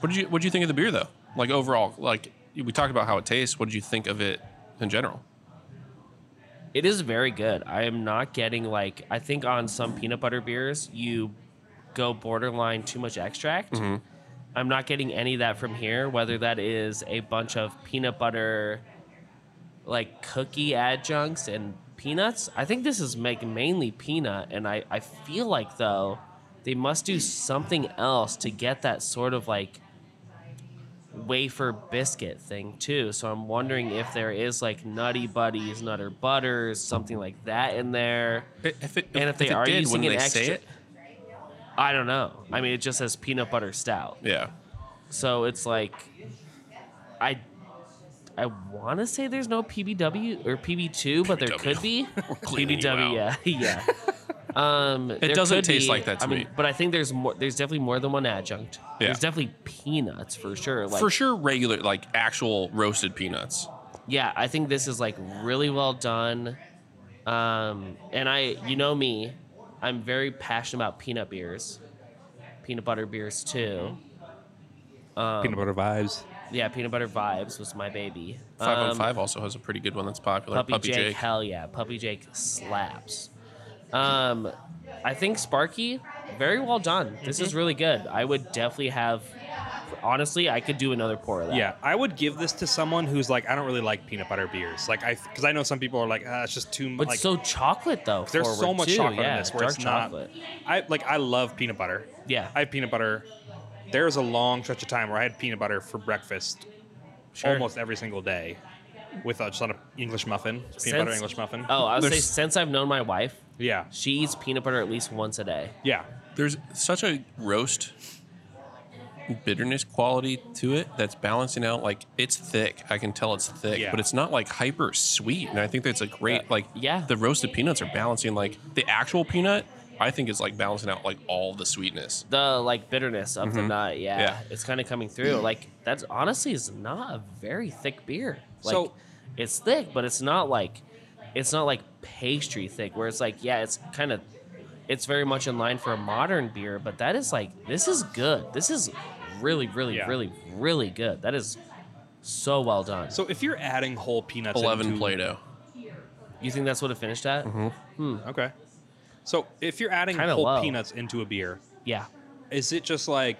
S2: What did you What did you think of the beer though? Like overall, like we talked about how it tastes. What did you think of it in general?
S1: It is very good. I am not getting like I think on some peanut butter beers you go borderline too much extract. I'm not getting any of that from here. Whether that is a bunch of peanut butter, like cookie adjuncts and peanuts. I think this is make mainly peanut, and I I feel like though they must do something else to get that sort of like wafer biscuit thing too. So I'm wondering if there is like Nutty Buddies, Nutter Butters, something like that in there.
S2: I- If it,
S1: And if they
S2: it
S1: are
S2: did,
S1: using
S2: wouldn't
S1: an
S2: they
S1: extra,
S2: say it?
S1: I don't know. I mean, it just says peanut butter stout,
S2: Yeah.
S1: so it's like, I, I want to say there's no PBW or PB two, but there
S2: PBW.
S1: could be
S2: We're cleaning you
S1: PBW. Yeah, yeah. Um, it
S2: doesn't taste like that to
S1: I mean,
S2: me.
S1: But I think there's more. There's definitely more than one adjunct.
S2: Yeah.
S1: There's definitely peanuts for sure. Like,
S2: For sure, regular like actual roasted peanuts.
S1: yeah, I think this is like really well done. Um, and I, you know me, I'm very passionate about peanut beers, peanut butter beers too.
S3: peanut butter vibes.
S1: yeah, peanut butter vibes was my baby.
S2: Five one
S1: Um,
S2: five also has a pretty good one that's popular.
S1: Puppy, Jake, hell yeah, Puppy Jake slaps. Um, I think Sparky, very well done. This
S3: Mm-hmm.
S1: is really good. I would definitely have. Honestly, I could do another pour of that.
S3: Yeah, I would give this to someone who's like, I don't really like peanut butter beers. Like I, because I know some people are like, ah, it's just too much.
S1: but so chocolate though.
S3: there's so
S1: forward,
S3: much
S1: too.
S3: chocolate
S1: yeah,
S3: in this where
S1: dark
S3: it's
S1: chocolate.
S3: not. I like I love peanut butter.
S1: Yeah.
S3: I have peanut butter. There was a long stretch of time where I had peanut butter for breakfast
S1: Sure.
S3: almost every single day, with uh, just on an English muffin, peanut butter
S1: Since-
S3: English muffin.
S1: Oh, I would say
S2: There's-
S1: since I've known my wife,
S3: yeah,
S1: she eats peanut butter at least once a day.
S3: yeah,
S2: There's such a roast bitterness quality to it that's balancing out. Like it's thick. I can tell it's thick,
S3: Yeah.
S2: but it's not like hyper sweet. And I think that's a great like.
S1: Yeah.
S2: The roasted peanuts are balancing like the actual peanut. I think is like balancing out like all the sweetness.
S1: The like bitterness of
S3: Mm-hmm.
S1: the nut, yeah,
S2: Yeah.
S1: it's kind of coming through. Like that's honestly is not a very thick beer. Like
S3: So-
S1: it's thick, but it's not like it's not like pastry thick. Where it's like yeah, it's kind of it's very much in line for a modern beer. But that is like this is good. This is really, really,
S3: Yeah.
S1: really, really good. That is so well done.
S3: So if you're adding whole peanuts,
S2: Eleven
S3: into,
S2: Play-Doh.
S1: you think that's what it finished at?
S3: Mm-hmm. Okay. So if you're adding
S1: Kinda
S3: whole
S1: low.
S3: peanuts into a beer,
S1: Yeah.
S3: is it just like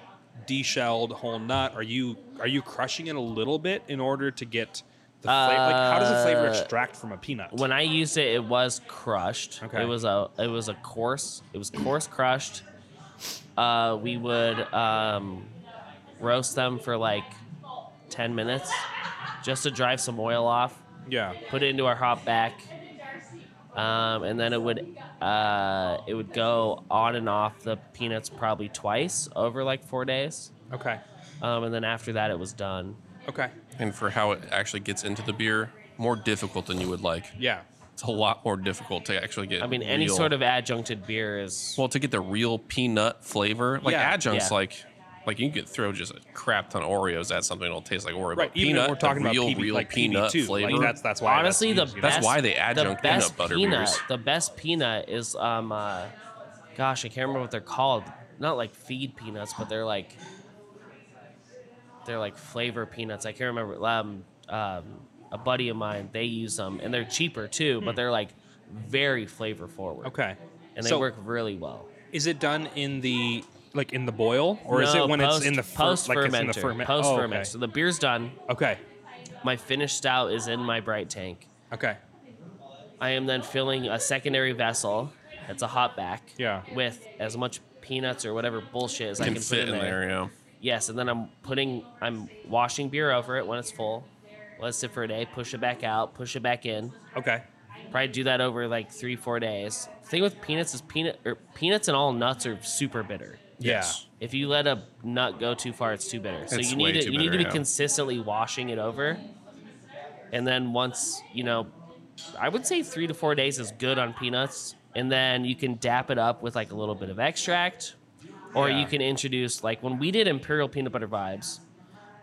S3: deshelled whole nut? Are you are you crushing it a little bit in order to get the flavor? Like how does the flavor
S1: Uh,
S3: extract from a peanut?
S1: when I used it, it was crushed.
S3: Okay.
S1: It was a it was a coarse it was coarse crushed. Uh, we would um, roast them for like ten minutes, just to drive some oil off.
S3: yeah.
S1: Put it into our hop back, um, and then it would uh, it would go on and off the peanuts probably twice over like four days,
S3: Okay.
S1: um, and then after that it was done.
S3: Okay.
S2: and for how it actually gets into the beer, more difficult than you would like.
S3: Yeah.
S2: It's a lot more difficult to actually get.
S1: I mean, any
S2: real-
S1: sort of adjuncted beer is
S2: well to get the real peanut flavor, like
S3: Yeah.
S2: adjuncts,
S1: Yeah.
S2: like like you could throw just a crap ton of Oreos at something it'll taste like Oreo.
S3: Right.
S2: but
S3: Even
S2: peanut,
S3: if we're
S2: the
S3: talking
S2: real,
S3: about PB,
S2: real
S3: like
S2: peanut
S3: PB2,
S2: flavor.
S3: Like that's that's why. that's
S1: honestly the
S3: used, you know?
S1: best.
S2: That's why they adjunct
S1: the best
S2: peanut butter
S1: peanut,
S2: beers.
S1: The best peanut is um, uh, gosh, I can't remember what they're called. Not like feed peanuts, but they're like they're like flavor peanuts. I can't remember. Um, um, a buddy of mine, they use them, and they're cheaper too, but they're like very flavor forward.
S3: Hmm. Okay.
S1: and they
S3: so
S1: work really well.
S3: Is it done in the like in the boil, or is
S1: No,
S3: it when
S1: post,
S3: it's in the fer-
S1: post
S3: like it's in the
S1: fermenter,
S3: ferment?
S1: Post
S3: oh,
S1: ferment.
S3: okay. Oh,
S1: So the beer's done.
S3: okay.
S1: My finished stout is in my bright tank.
S3: Okay.
S1: I am then filling a secondary vessel that's a hot back
S3: Yeah.
S1: with as much peanuts or whatever bullshit as I
S2: can
S1: can
S2: fit
S1: put in there.
S2: yeah.
S1: Yes, and then I'm putting I'm washing beer over it when it's full. Let it sit for a day, push it back out, push it back in.
S3: Okay.
S1: Probably do that over like three, four days. The thing with peanuts is peanut or peanuts and all nuts are super bitter.
S2: Yes.
S1: If you let a nut go too far, it's too bitter. So
S2: It's
S1: you
S2: way
S1: need to,
S2: too
S1: you need to
S2: bitter,
S1: be
S2: yeah.
S1: consistently washing it over. And then once you know, I would say three to four days is good on peanuts. And then you can dap it up with like a little bit of extract, or
S3: Yeah.
S1: you can introduce like when we did imperial peanut butter vibes.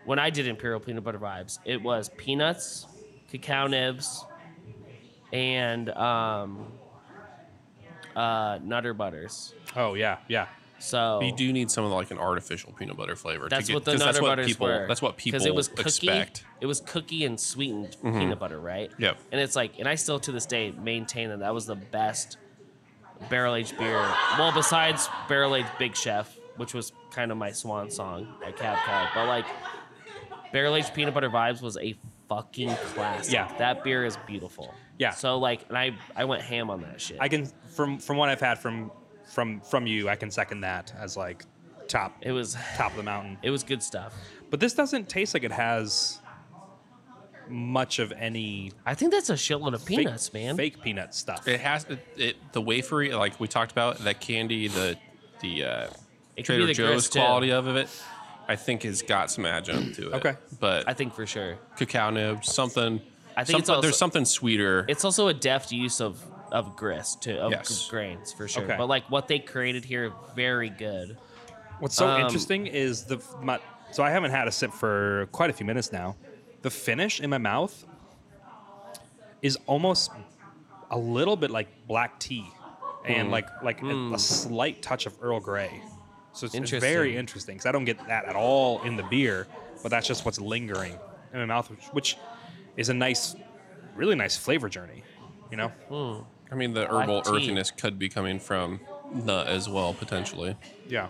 S1: When I did imperial peanut butter vibes, it was peanuts, cacao nibs, and um, uh, nutter butters.
S3: Yeah. Oh yeah. Yeah.
S1: So
S2: But you do need some of like an artificial peanut butter flavor.
S1: that's
S2: to get,
S1: what the
S2: 'cause
S1: nutter
S2: that's what
S1: butters
S2: people,
S1: were.
S2: That's what people
S1: it was cookie,
S2: expect.
S1: It was cookie and sweetened peanut butter, right?
S2: Yep.
S1: And it's like, and I still to this day maintain that that was the best barrel aged beer. Well, besides barrel aged Big Chef, which was kind of my swan song at Cab Call, but like barrel aged peanut butter vibes was a fucking classic.
S3: Yeah.
S1: That beer is beautiful.
S3: Yeah.
S1: So like, and I I went ham on that shit.
S3: I can from from what I've had from from from you, I can second that as like top
S1: it was
S3: top of the mountain.
S1: it was good stuff.
S3: But this doesn't taste like it has much of any
S1: I think that's a shitload of
S3: fake-
S1: peanuts, man.
S3: Fake peanut stuff.
S2: It has it, it the wafery like we talked about that candy the the uh,
S1: It could be
S2: Trader
S1: the
S2: Joe's
S1: grist, too.
S2: quality of it. I think has got some adjunct to it.
S3: Okay.
S2: but
S1: I think for sure.
S2: cacao nib something.
S1: I think it's
S2: something-
S1: also-
S2: there's something sweeter.
S1: it's also a deft use of of grist to of
S2: Yes.
S1: gr- grains for sure.
S3: Okay.
S1: But like what they created here, very good.
S3: What's so
S1: Um,
S3: interesting is the my, so I haven't had a sip for quite a few minutes now. The finish in my mouth is almost a
S1: Hmm.
S3: little bit like black tea, and like like a, a slight touch of Earl Grey. So it's, it's
S1: Interesting.
S3: very interesting because I don't get that at all in the beer, but that's just what's lingering in my mouth, which, which is a nice, really nice flavor journey. You know,
S1: Hmm.
S2: I mean, the herbal
S1: Black tea.
S2: earthiness could be coming from nut as well, potentially.
S3: yeah,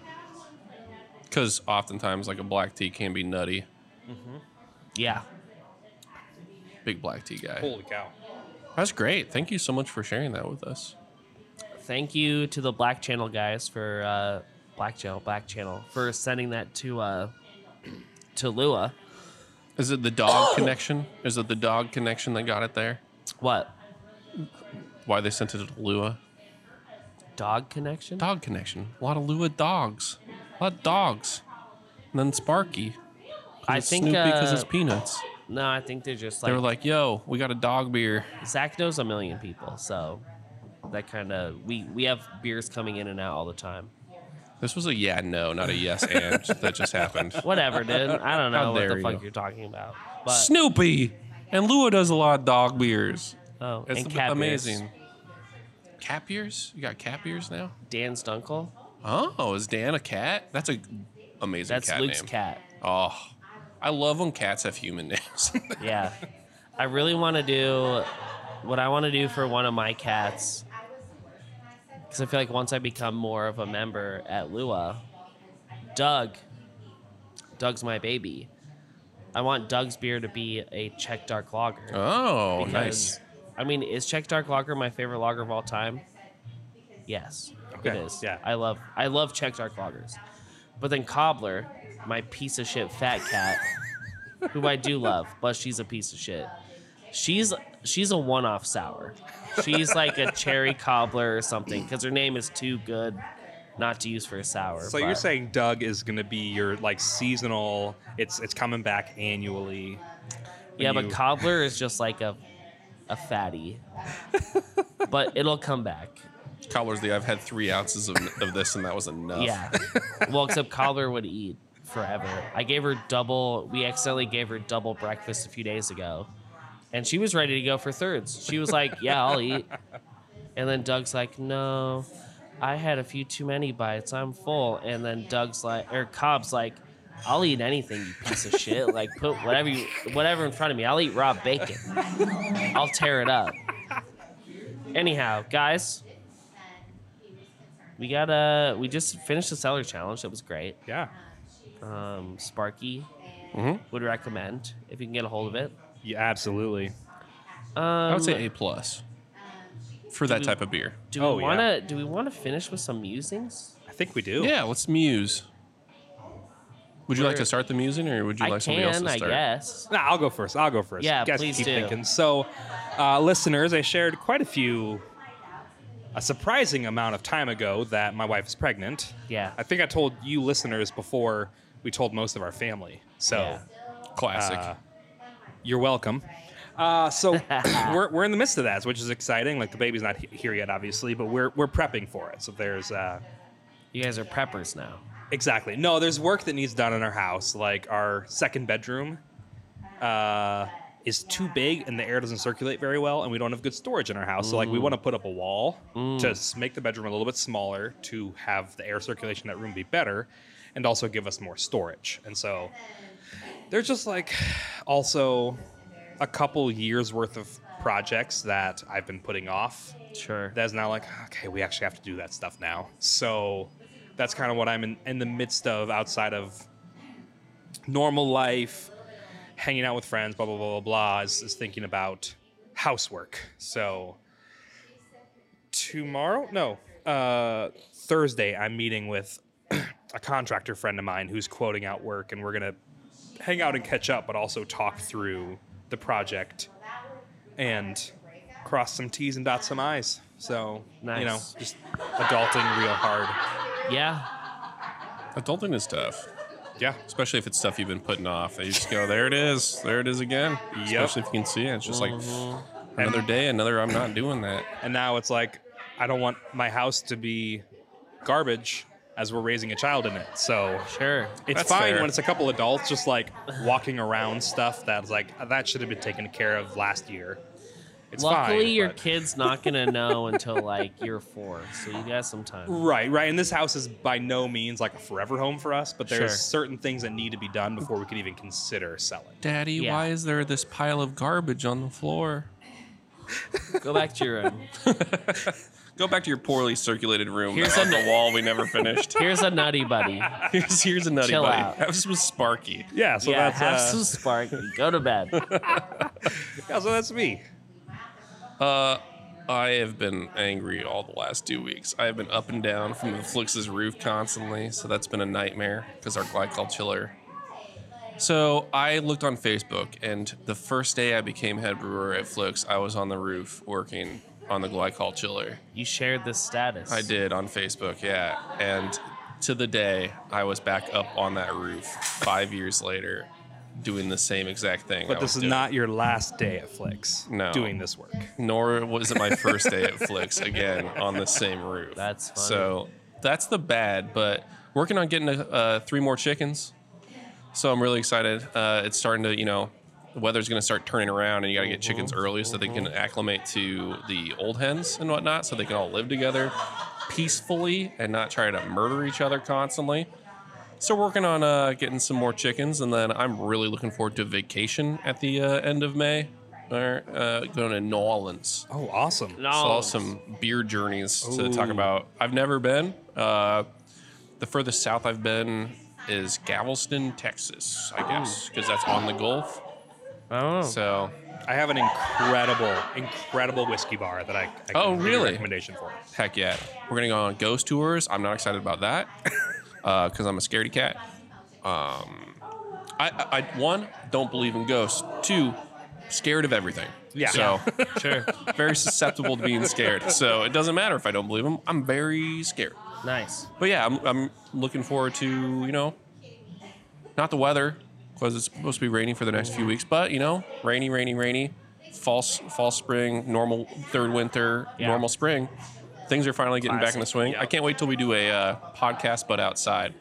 S2: Because oftentimes, like a black tea can be nutty.
S1: Yeah.
S2: Big black tea guy.
S3: holy cow.
S2: That's great. Thank you so much for sharing that with us.
S1: Thank you to the Black Channel guys for uh, Black Channel, Black Channel for sending that to uh, to Lua.
S2: Is it the dog connection? Is it the dog connection that got it there?
S1: What
S2: Why they sent it to Lua?
S1: dog connection?
S2: Dog connection. A lot of Lua dogs. A lot of dogs. And then Sparky. 'Cause
S1: I
S2: it's
S1: think,
S2: Snoopy because it's
S1: uh,
S2: peanuts.
S1: No, I think they're just
S2: They were
S1: like
S2: like, yo, we got a dog beer.
S1: Zach knows a million people, so that kind of we we have beers coming in and out all the time.
S2: This was a yeah, no, not a yes, and that just happened.
S1: Whatever, dude. I don't
S2: How
S1: know what
S2: dare
S1: the fuck
S2: you.
S1: you. are talking about. But
S2: Snoopy. And Lua does a lot of dog beers.
S1: oh,
S2: It's
S1: and
S2: the-
S1: cat beers.
S2: amazing. Cat beers? You got cat beers now?
S1: Dan's Dunkel.
S2: Oh, is Dan a cat? That's a amazing
S1: That's
S2: cat
S1: Luke's
S2: name.
S1: cat.
S2: Oh, I love when cats have human names.
S1: Yeah. I really want to do what I want to do for one of my cats. Because I feel like once I become more of a member at Lua, Doug, Doug's my baby. I want Doug's beer to be a Czech Dark Lager.
S2: oh,
S1: because-
S2: nice.
S1: I mean, is Czech Dark Lager my favorite lager of all time? Yes,
S3: Okay,
S1: it is.
S3: yeah.
S1: I love I love Czech Dark Lagers, but then Cobbler, my piece of shit fat cat, who I do love, but she's a piece of shit. She's she's a one off sour. She's like a cherry cobbler or something because her name is too good not to use for a sour.
S3: So you're
S1: but-
S3: saying Doug is going to be your like seasonal? It's it's coming back annually.
S1: yeah,
S3: when
S1: but
S3: you-
S1: cobbler is just like a a fatty, but it'll come back.
S2: Cobbler's the I've had three ounces of, of this and that was enough.
S1: Yeah. well, except Cobbler would eat forever. I gave her double. We accidentally gave her double breakfast a few days ago, and she was ready to go for thirds. She was like, "Yeah, I'll eat." And then Doug's like, "No, I had a few too many bites. I'm full." And then Doug's like, or Cobb's like, "I'll eat anything, you piece of shit. Like put whatever you, whatever in front of me. I'll eat raw bacon. I'll tear it up." Anyhow, guys, we got uh we just finished the seller challenge. That was great.
S3: Yeah,
S1: Um, Sparky
S2: Mhm.
S1: would recommend if you can get a hold of it.
S3: yeah, absolutely.
S1: Um,
S2: I would say A plus for that
S1: we-
S2: type of beer.
S1: do we
S3: Oh, yeah.
S1: want to do we want to finish with some musings?
S3: I think we do.
S2: Yeah, let's muse. Would you like to start the musing or would you
S1: I
S2: like somebody else
S1: can,
S2: to
S1: I
S2: start?
S1: guess.
S3: No, I'll go first. I'll go first.
S1: Yeah,
S3: You guys
S1: please
S3: keep
S1: do.
S3: Thinking. So, uh, listeners, I shared quite a few, a surprising amount of time ago that my wife is pregnant.
S1: Yeah.
S3: I think I told you listeners before we told most of our family. So,
S1: Yeah.
S2: Classic.
S3: Uh, you're welcome. Uh, so we're, we're in the midst of that, which is exciting. Like the baby's not he- here yet, obviously, but we're we're prepping for it. So there's uh,
S1: You guys are preppers now.
S3: Exactly. No, there's work that needs done in our house. Like our second bedroom uh, is too big and the air doesn't circulate very well, and we don't have good storage in our house. So, like, we want to put up a wall to s- make the bedroom a little bit smaller to have the air circulation in that room be better and also give us more storage. And so, there's just like also a couple years worth of projects that I've been putting off
S1: Sure.
S3: that's now like okay we actually have to do that stuff now so that's kind of what i'm in, in the midst of outside of normal life hanging out with friends blah blah blah blah blah is, is thinking about housework so tomorrow no uh, thursday i'm meeting with a contractor friend of mine who's quoting out work and we're gonna hang out and catch up but also talk through the project and cross some t's and dot some i's so you know
S1: Nice.
S3: just adulting real hard
S1: yeah.
S2: Adulting is tough,
S3: yeah
S2: especially if it's stuff you've been putting off. You just go, there it is. There it is again. Especially if you can see it. It's just like another day, another I'm not doing that.
S3: and now it's like i don't want my house to be garbage as we're raising a child in it so
S1: Sure.
S3: it's
S2: That's
S3: fine
S2: fair.
S3: when it's a couple adults just like walking around stuff that's like that should have been taken care of last year It's
S1: Luckily,
S3: fine,
S1: your
S3: but-
S1: kid's not gonna know until like year four, so you got some time.
S3: Right, right. And this house is by no means like a forever home for us, but there's
S1: Sure.
S3: certain things that need to be done before we could even consider selling.
S2: Daddy,
S1: Yeah.
S2: why is there this pile of garbage on the floor?
S1: Go back to your room.
S2: Go back to your poorly circulated room.
S1: Here's
S2: Here's on the wall we never finished.
S1: Here's a nutty buddy.
S2: Here's, here's a nutty
S1: Chill
S2: buddy.
S1: out.
S2: Have some Sparky.
S3: Yeah, so
S1: yeah,
S3: that's
S1: have
S3: uh,
S1: some spark. Go to bed.
S3: yeah, so that's me.
S2: Uh, I have been angry all the last two weeks. I have been up and down from the Flix's roof constantly, so that's been a nightmare because our glycol chiller. So I looked on Facebook, and the first day I became head brewer at Flix, I was on the roof working on the glycol chiller.
S1: You shared this status.
S2: I did on Facebook, yeah. And to the day, I was back up on that roof five years later, doing the same exact thing. I
S3: But
S2: was
S3: this is
S2: doing.
S3: not your last day at Flix
S2: No.
S3: doing this work.
S2: nor was it my first day at Flix again on the same roof.
S1: That's funny.
S2: so. That's the bad, but working on getting uh, three more chickens. So I'm really excited. Uh, it's starting to, you know, the weather's going to start turning around, and you got to get
S1: Mm-hmm.
S2: chickens early so they can acclimate to the old hens and whatnot, so they can all live together peacefully and not try to murder each other constantly. So working on uh, getting some more chickens, and then I'm really looking forward to vacation at the uh, end of May. Or uh, going to New Orleans
S3: Oh, awesome.
S1: No.
S2: saw some beer journeys to talk
S3: Ooh.
S2: about. I've never been. Uh, the furthest south I've been is Galveston, Texas, I guess, because that's on the Gulf.
S1: Oh.
S2: So
S3: I have an incredible, incredible whiskey bar that I, I can
S2: Oh,
S3: give you a
S2: really?
S3: recommendation for.
S1: Oh,
S2: heck yeah, we're gonna go on ghost tours. I'm not excited about that because I'm a scaredy cat. Um, I, I, I one don't believe in ghosts. Two, scared of everything.
S3: Yeah.
S2: So sure, very susceptible to being scared. So it doesn't matter if I don't believe them. I'm very scared.
S1: Nice.
S2: But yeah, I'm, I'm looking forward to, you know, not the weather because it's supposed to be rainy for the next few weeks, but, you know, rainy, rainy, rainy, false, false spring, normal third winter,
S1: Yeah.
S2: normal spring. Things are finally getting back in the
S3: Classic.
S2: swing.
S3: Yeah.
S2: I can't wait till we do a uh, podcast, but outside.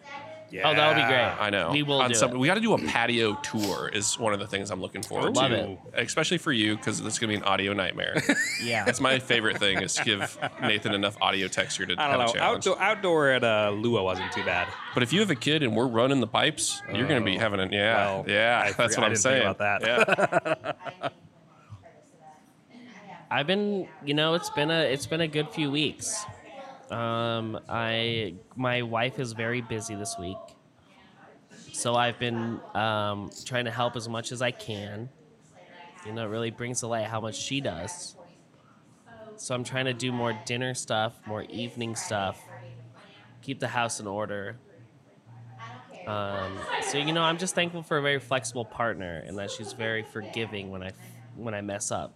S3: Yeah.
S1: Oh, that would be great.
S2: I know.
S1: We will
S2: On
S1: do
S2: some-
S1: it.
S2: We got to do a patio tour. Is one of the things I'm looking forward
S1: Love
S2: to,
S1: it.
S2: especially for you because it's gonna be an audio nightmare.
S1: Yeah.
S2: That's my favorite thing is to give Nathan enough audio texture to
S3: I
S2: have a
S3: don't know.
S2: challenge.
S3: Outdoor, outdoor at uh, Lua wasn't too bad.
S2: But if you have a kid and we're running the pipes, you're going to be
S3: Oh,
S2: having a yeah,
S3: well,
S2: yeah.
S3: I
S2: that's what
S3: forgot- I
S2: I'm
S3: didn't
S2: saying.
S3: think about
S2: Yeah.
S1: I've been, you know, it's been a it's been a good few weeks. Um, I my wife is very busy this week, so I've been um, trying to help as much as I can. You know, it really brings to light how much she does. So I'm trying to do more dinner stuff, more evening stuff, keep the house in order. Um, so you know, I'm just thankful for a very flexible partner, and that she's very forgiving when I when I mess up.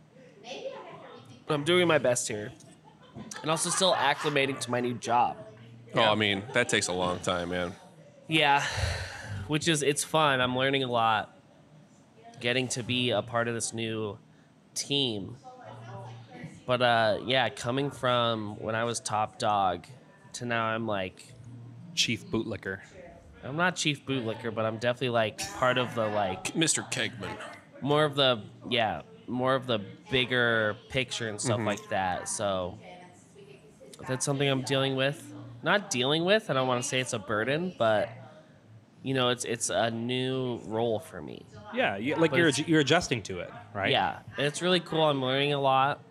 S1: I'm doing my best here. And also still acclimating to my new job.
S2: Oh, I mean, that takes a long time, man.
S1: Yeah. Which is it's fun. I'm learning a lot. Getting to be a part of this new team. But uh yeah, coming from when I was top dog to now I'm like
S3: Chief bootlicker.
S1: I'm not chief bootlicker, but I'm definitely like part of the like
S2: Mr. Kegman.
S1: more of the yeah more of the bigger picture and
S2: Mm-hmm.
S1: stuff like that so that's something i'm dealing with not dealing with i don't want to say it's a burden but you know it's it's a new role for me
S3: Yeah, you, like
S1: But
S3: you're
S1: it's-
S3: you're adjusting to it, right?
S1: yeah and it's really cool i'm learning a lot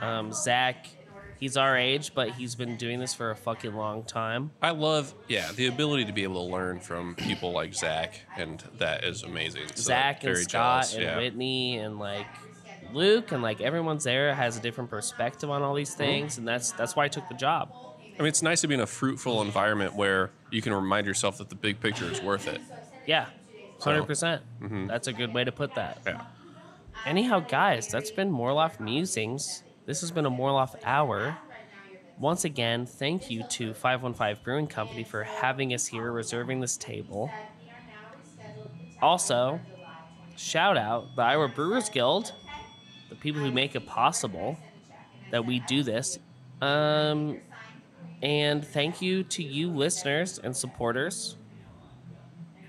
S1: um zach he's our age but he's been doing this for a fucking long time
S2: I love, yeah, the ability to be able to learn from people like Zach, and that is amazing. So,
S1: Zach and
S2: very
S1: Scott
S2: jealous,
S1: and
S2: yeah.
S1: Whitney and like Luke and like everyone's there has a different perspective on all these things, and that's that's why I took the job.
S2: I mean, it's nice to be in a fruitful environment where you can remind yourself that the big picture is worth it.
S1: Yeah, hundred percent. That's a good way to put that.
S2: Yeah.
S1: Anyhow, guys, that's been Morloff musings. This has been a Morloff hour. Once again, thank you to 515 Brewing Company for having us here, reserving this table. Also, shout out the Iowa Brewers Guild, the people who make it possible that we do this. Um, and thank you to you, listeners and supporters,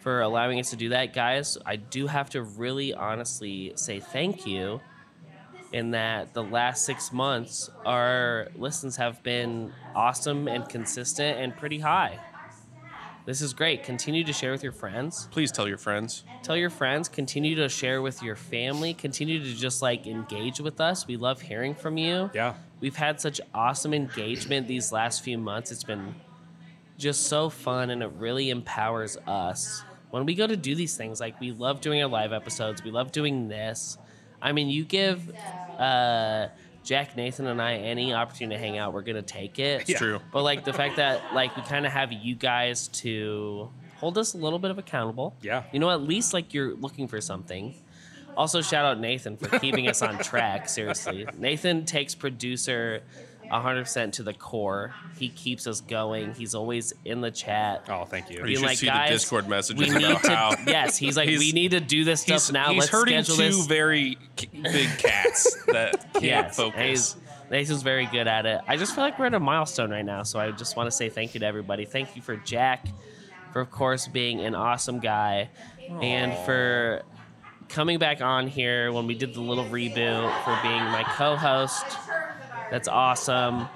S1: for allowing us to do that. Guys, I do have to really honestly say thank you in that the last six months, our listens have been awesome and consistent and pretty high. This is great. Continue to share with your friends.
S2: Please tell your friends.
S1: Tell your friends. Continue to share with your family. Continue to just like engage with us. We love hearing from you.
S3: Yeah.
S1: We've had such awesome engagement these last few months. It's been just so fun and it really empowers us. When we go to do these things, like we love doing our live episodes, we love doing this. I mean, you give uh, Jack, Nathan, and I any opportunity to hang out, we're going to take it.
S2: It's true.
S1: But like the fact that like we kind of have you guys to hold us a little bit of accountable.
S3: Yeah.
S1: You know, at least like you're looking for something. Also, shout out Nathan for keeping us on track. Seriously, Nathan takes producer 100% to the core. He keeps us going. He's always in the chat.
S3: Oh, thank you.
S2: Or you
S1: Being
S2: should
S1: like,
S2: see
S1: "Guys,
S2: the Discord
S1: We
S2: messages
S1: need
S2: about
S1: to.
S2: how
S1: Yes, he's like,
S2: He's-
S1: we need to do this stuff
S2: he's,
S1: now.
S2: he's
S1: Let's
S2: hurting two
S1: schedule this.
S2: very k- big cats that can't
S1: yes, and
S2: focus.
S1: He's, Nathan's very good at it. I just feel like we're at a milestone right now, so I just want to say thank you to everybody. Thank you for Jack, for of course being an awesome guy, and for coming back on here when we did the little reboot, for being my co-host. That's awesome.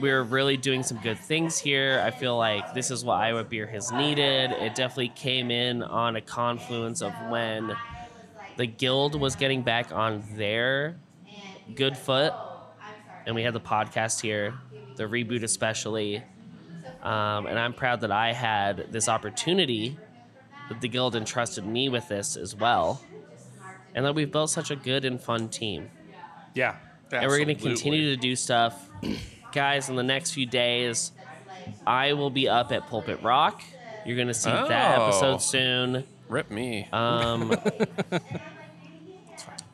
S1: We're really doing some good things here. I feel like this is what Iowa Beer has needed. It definitely came in on a confluence of when the guild was getting back on their good foot and we had the podcast here the reboot especially um, and i'm proud that i had this opportunity that the guild entrusted me with this as well and that we've built such a good and fun team
S3: Yeah.
S1: and we're going to continue to do stuff guys in the next few days i will be up at pulpit rock you're going to see that
S2: Oh.
S1: episode soon
S2: Rip me.
S1: um,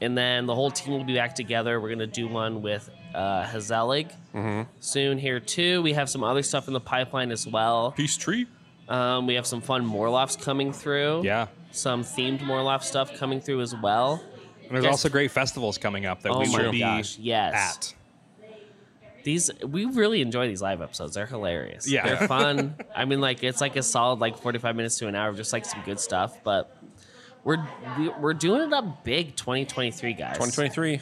S1: and then the whole team will be back together. We're gonna do one with uh, Hazelig
S3: Mm-hmm.
S1: soon here too. We have some other stuff in the pipeline as well.
S2: Peace tree.
S1: Um, we have some fun Morlofs coming through.
S3: Yeah.
S1: Some themed Morloff stuff coming through as well.
S3: And there's
S1: There's-
S3: also great festivals coming up that
S1: Oh
S3: we
S1: my
S3: will be
S1: gosh, yes.
S3: at.
S1: These we really enjoy these live episodes. They're hilarious.
S3: Yeah.
S1: They're fun. I mean, like it's like a solid like forty five minutes to an hour of just like some good stuff. But we're we, we're doing it up big twenty twenty three guys.
S2: 2023.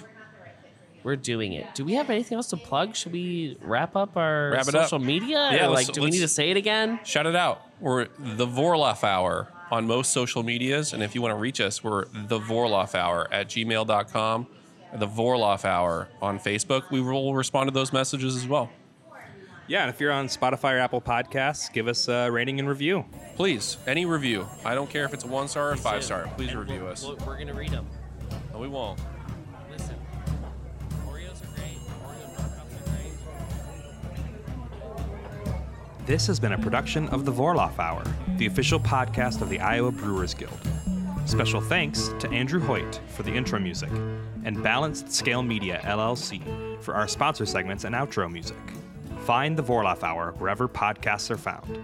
S1: We're doing it. Do we have anything else to plug? Should we wrap up our
S2: Wrap it up.
S1: social media?
S2: Yeah,
S1: Or,
S2: let's-
S1: like, do we need to
S2: let's-
S1: say it again?
S2: Shout it out. We're the Vorloff Hour on most social medias. And if you want to reach us, we're the Vorloff Hour at gmail.com, the Vorloff Hour on Facebook. We will respond to those messages as well.
S3: Yeah, and if you're on Spotify or Apple Podcasts, give us a rating and review.
S2: Please, any review. I don't care if it's a one star or five star. Please
S1: And
S2: review
S1: we'll-
S2: us.
S1: we'll- We're going to read them.
S2: No, we won't.
S1: Listen, Oreos are great. Oreo Nut Cups are great.
S3: This has been a production of the Vorloff Hour, the official podcast of the Iowa Brewers Guild. Special thanks to Andrew Hoyt for the intro music and Balanced Scale Media LLC for our sponsor segments and outro music. Find the Vorloff Hour wherever podcasts are found.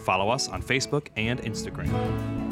S3: Follow us on Facebook and Instagram.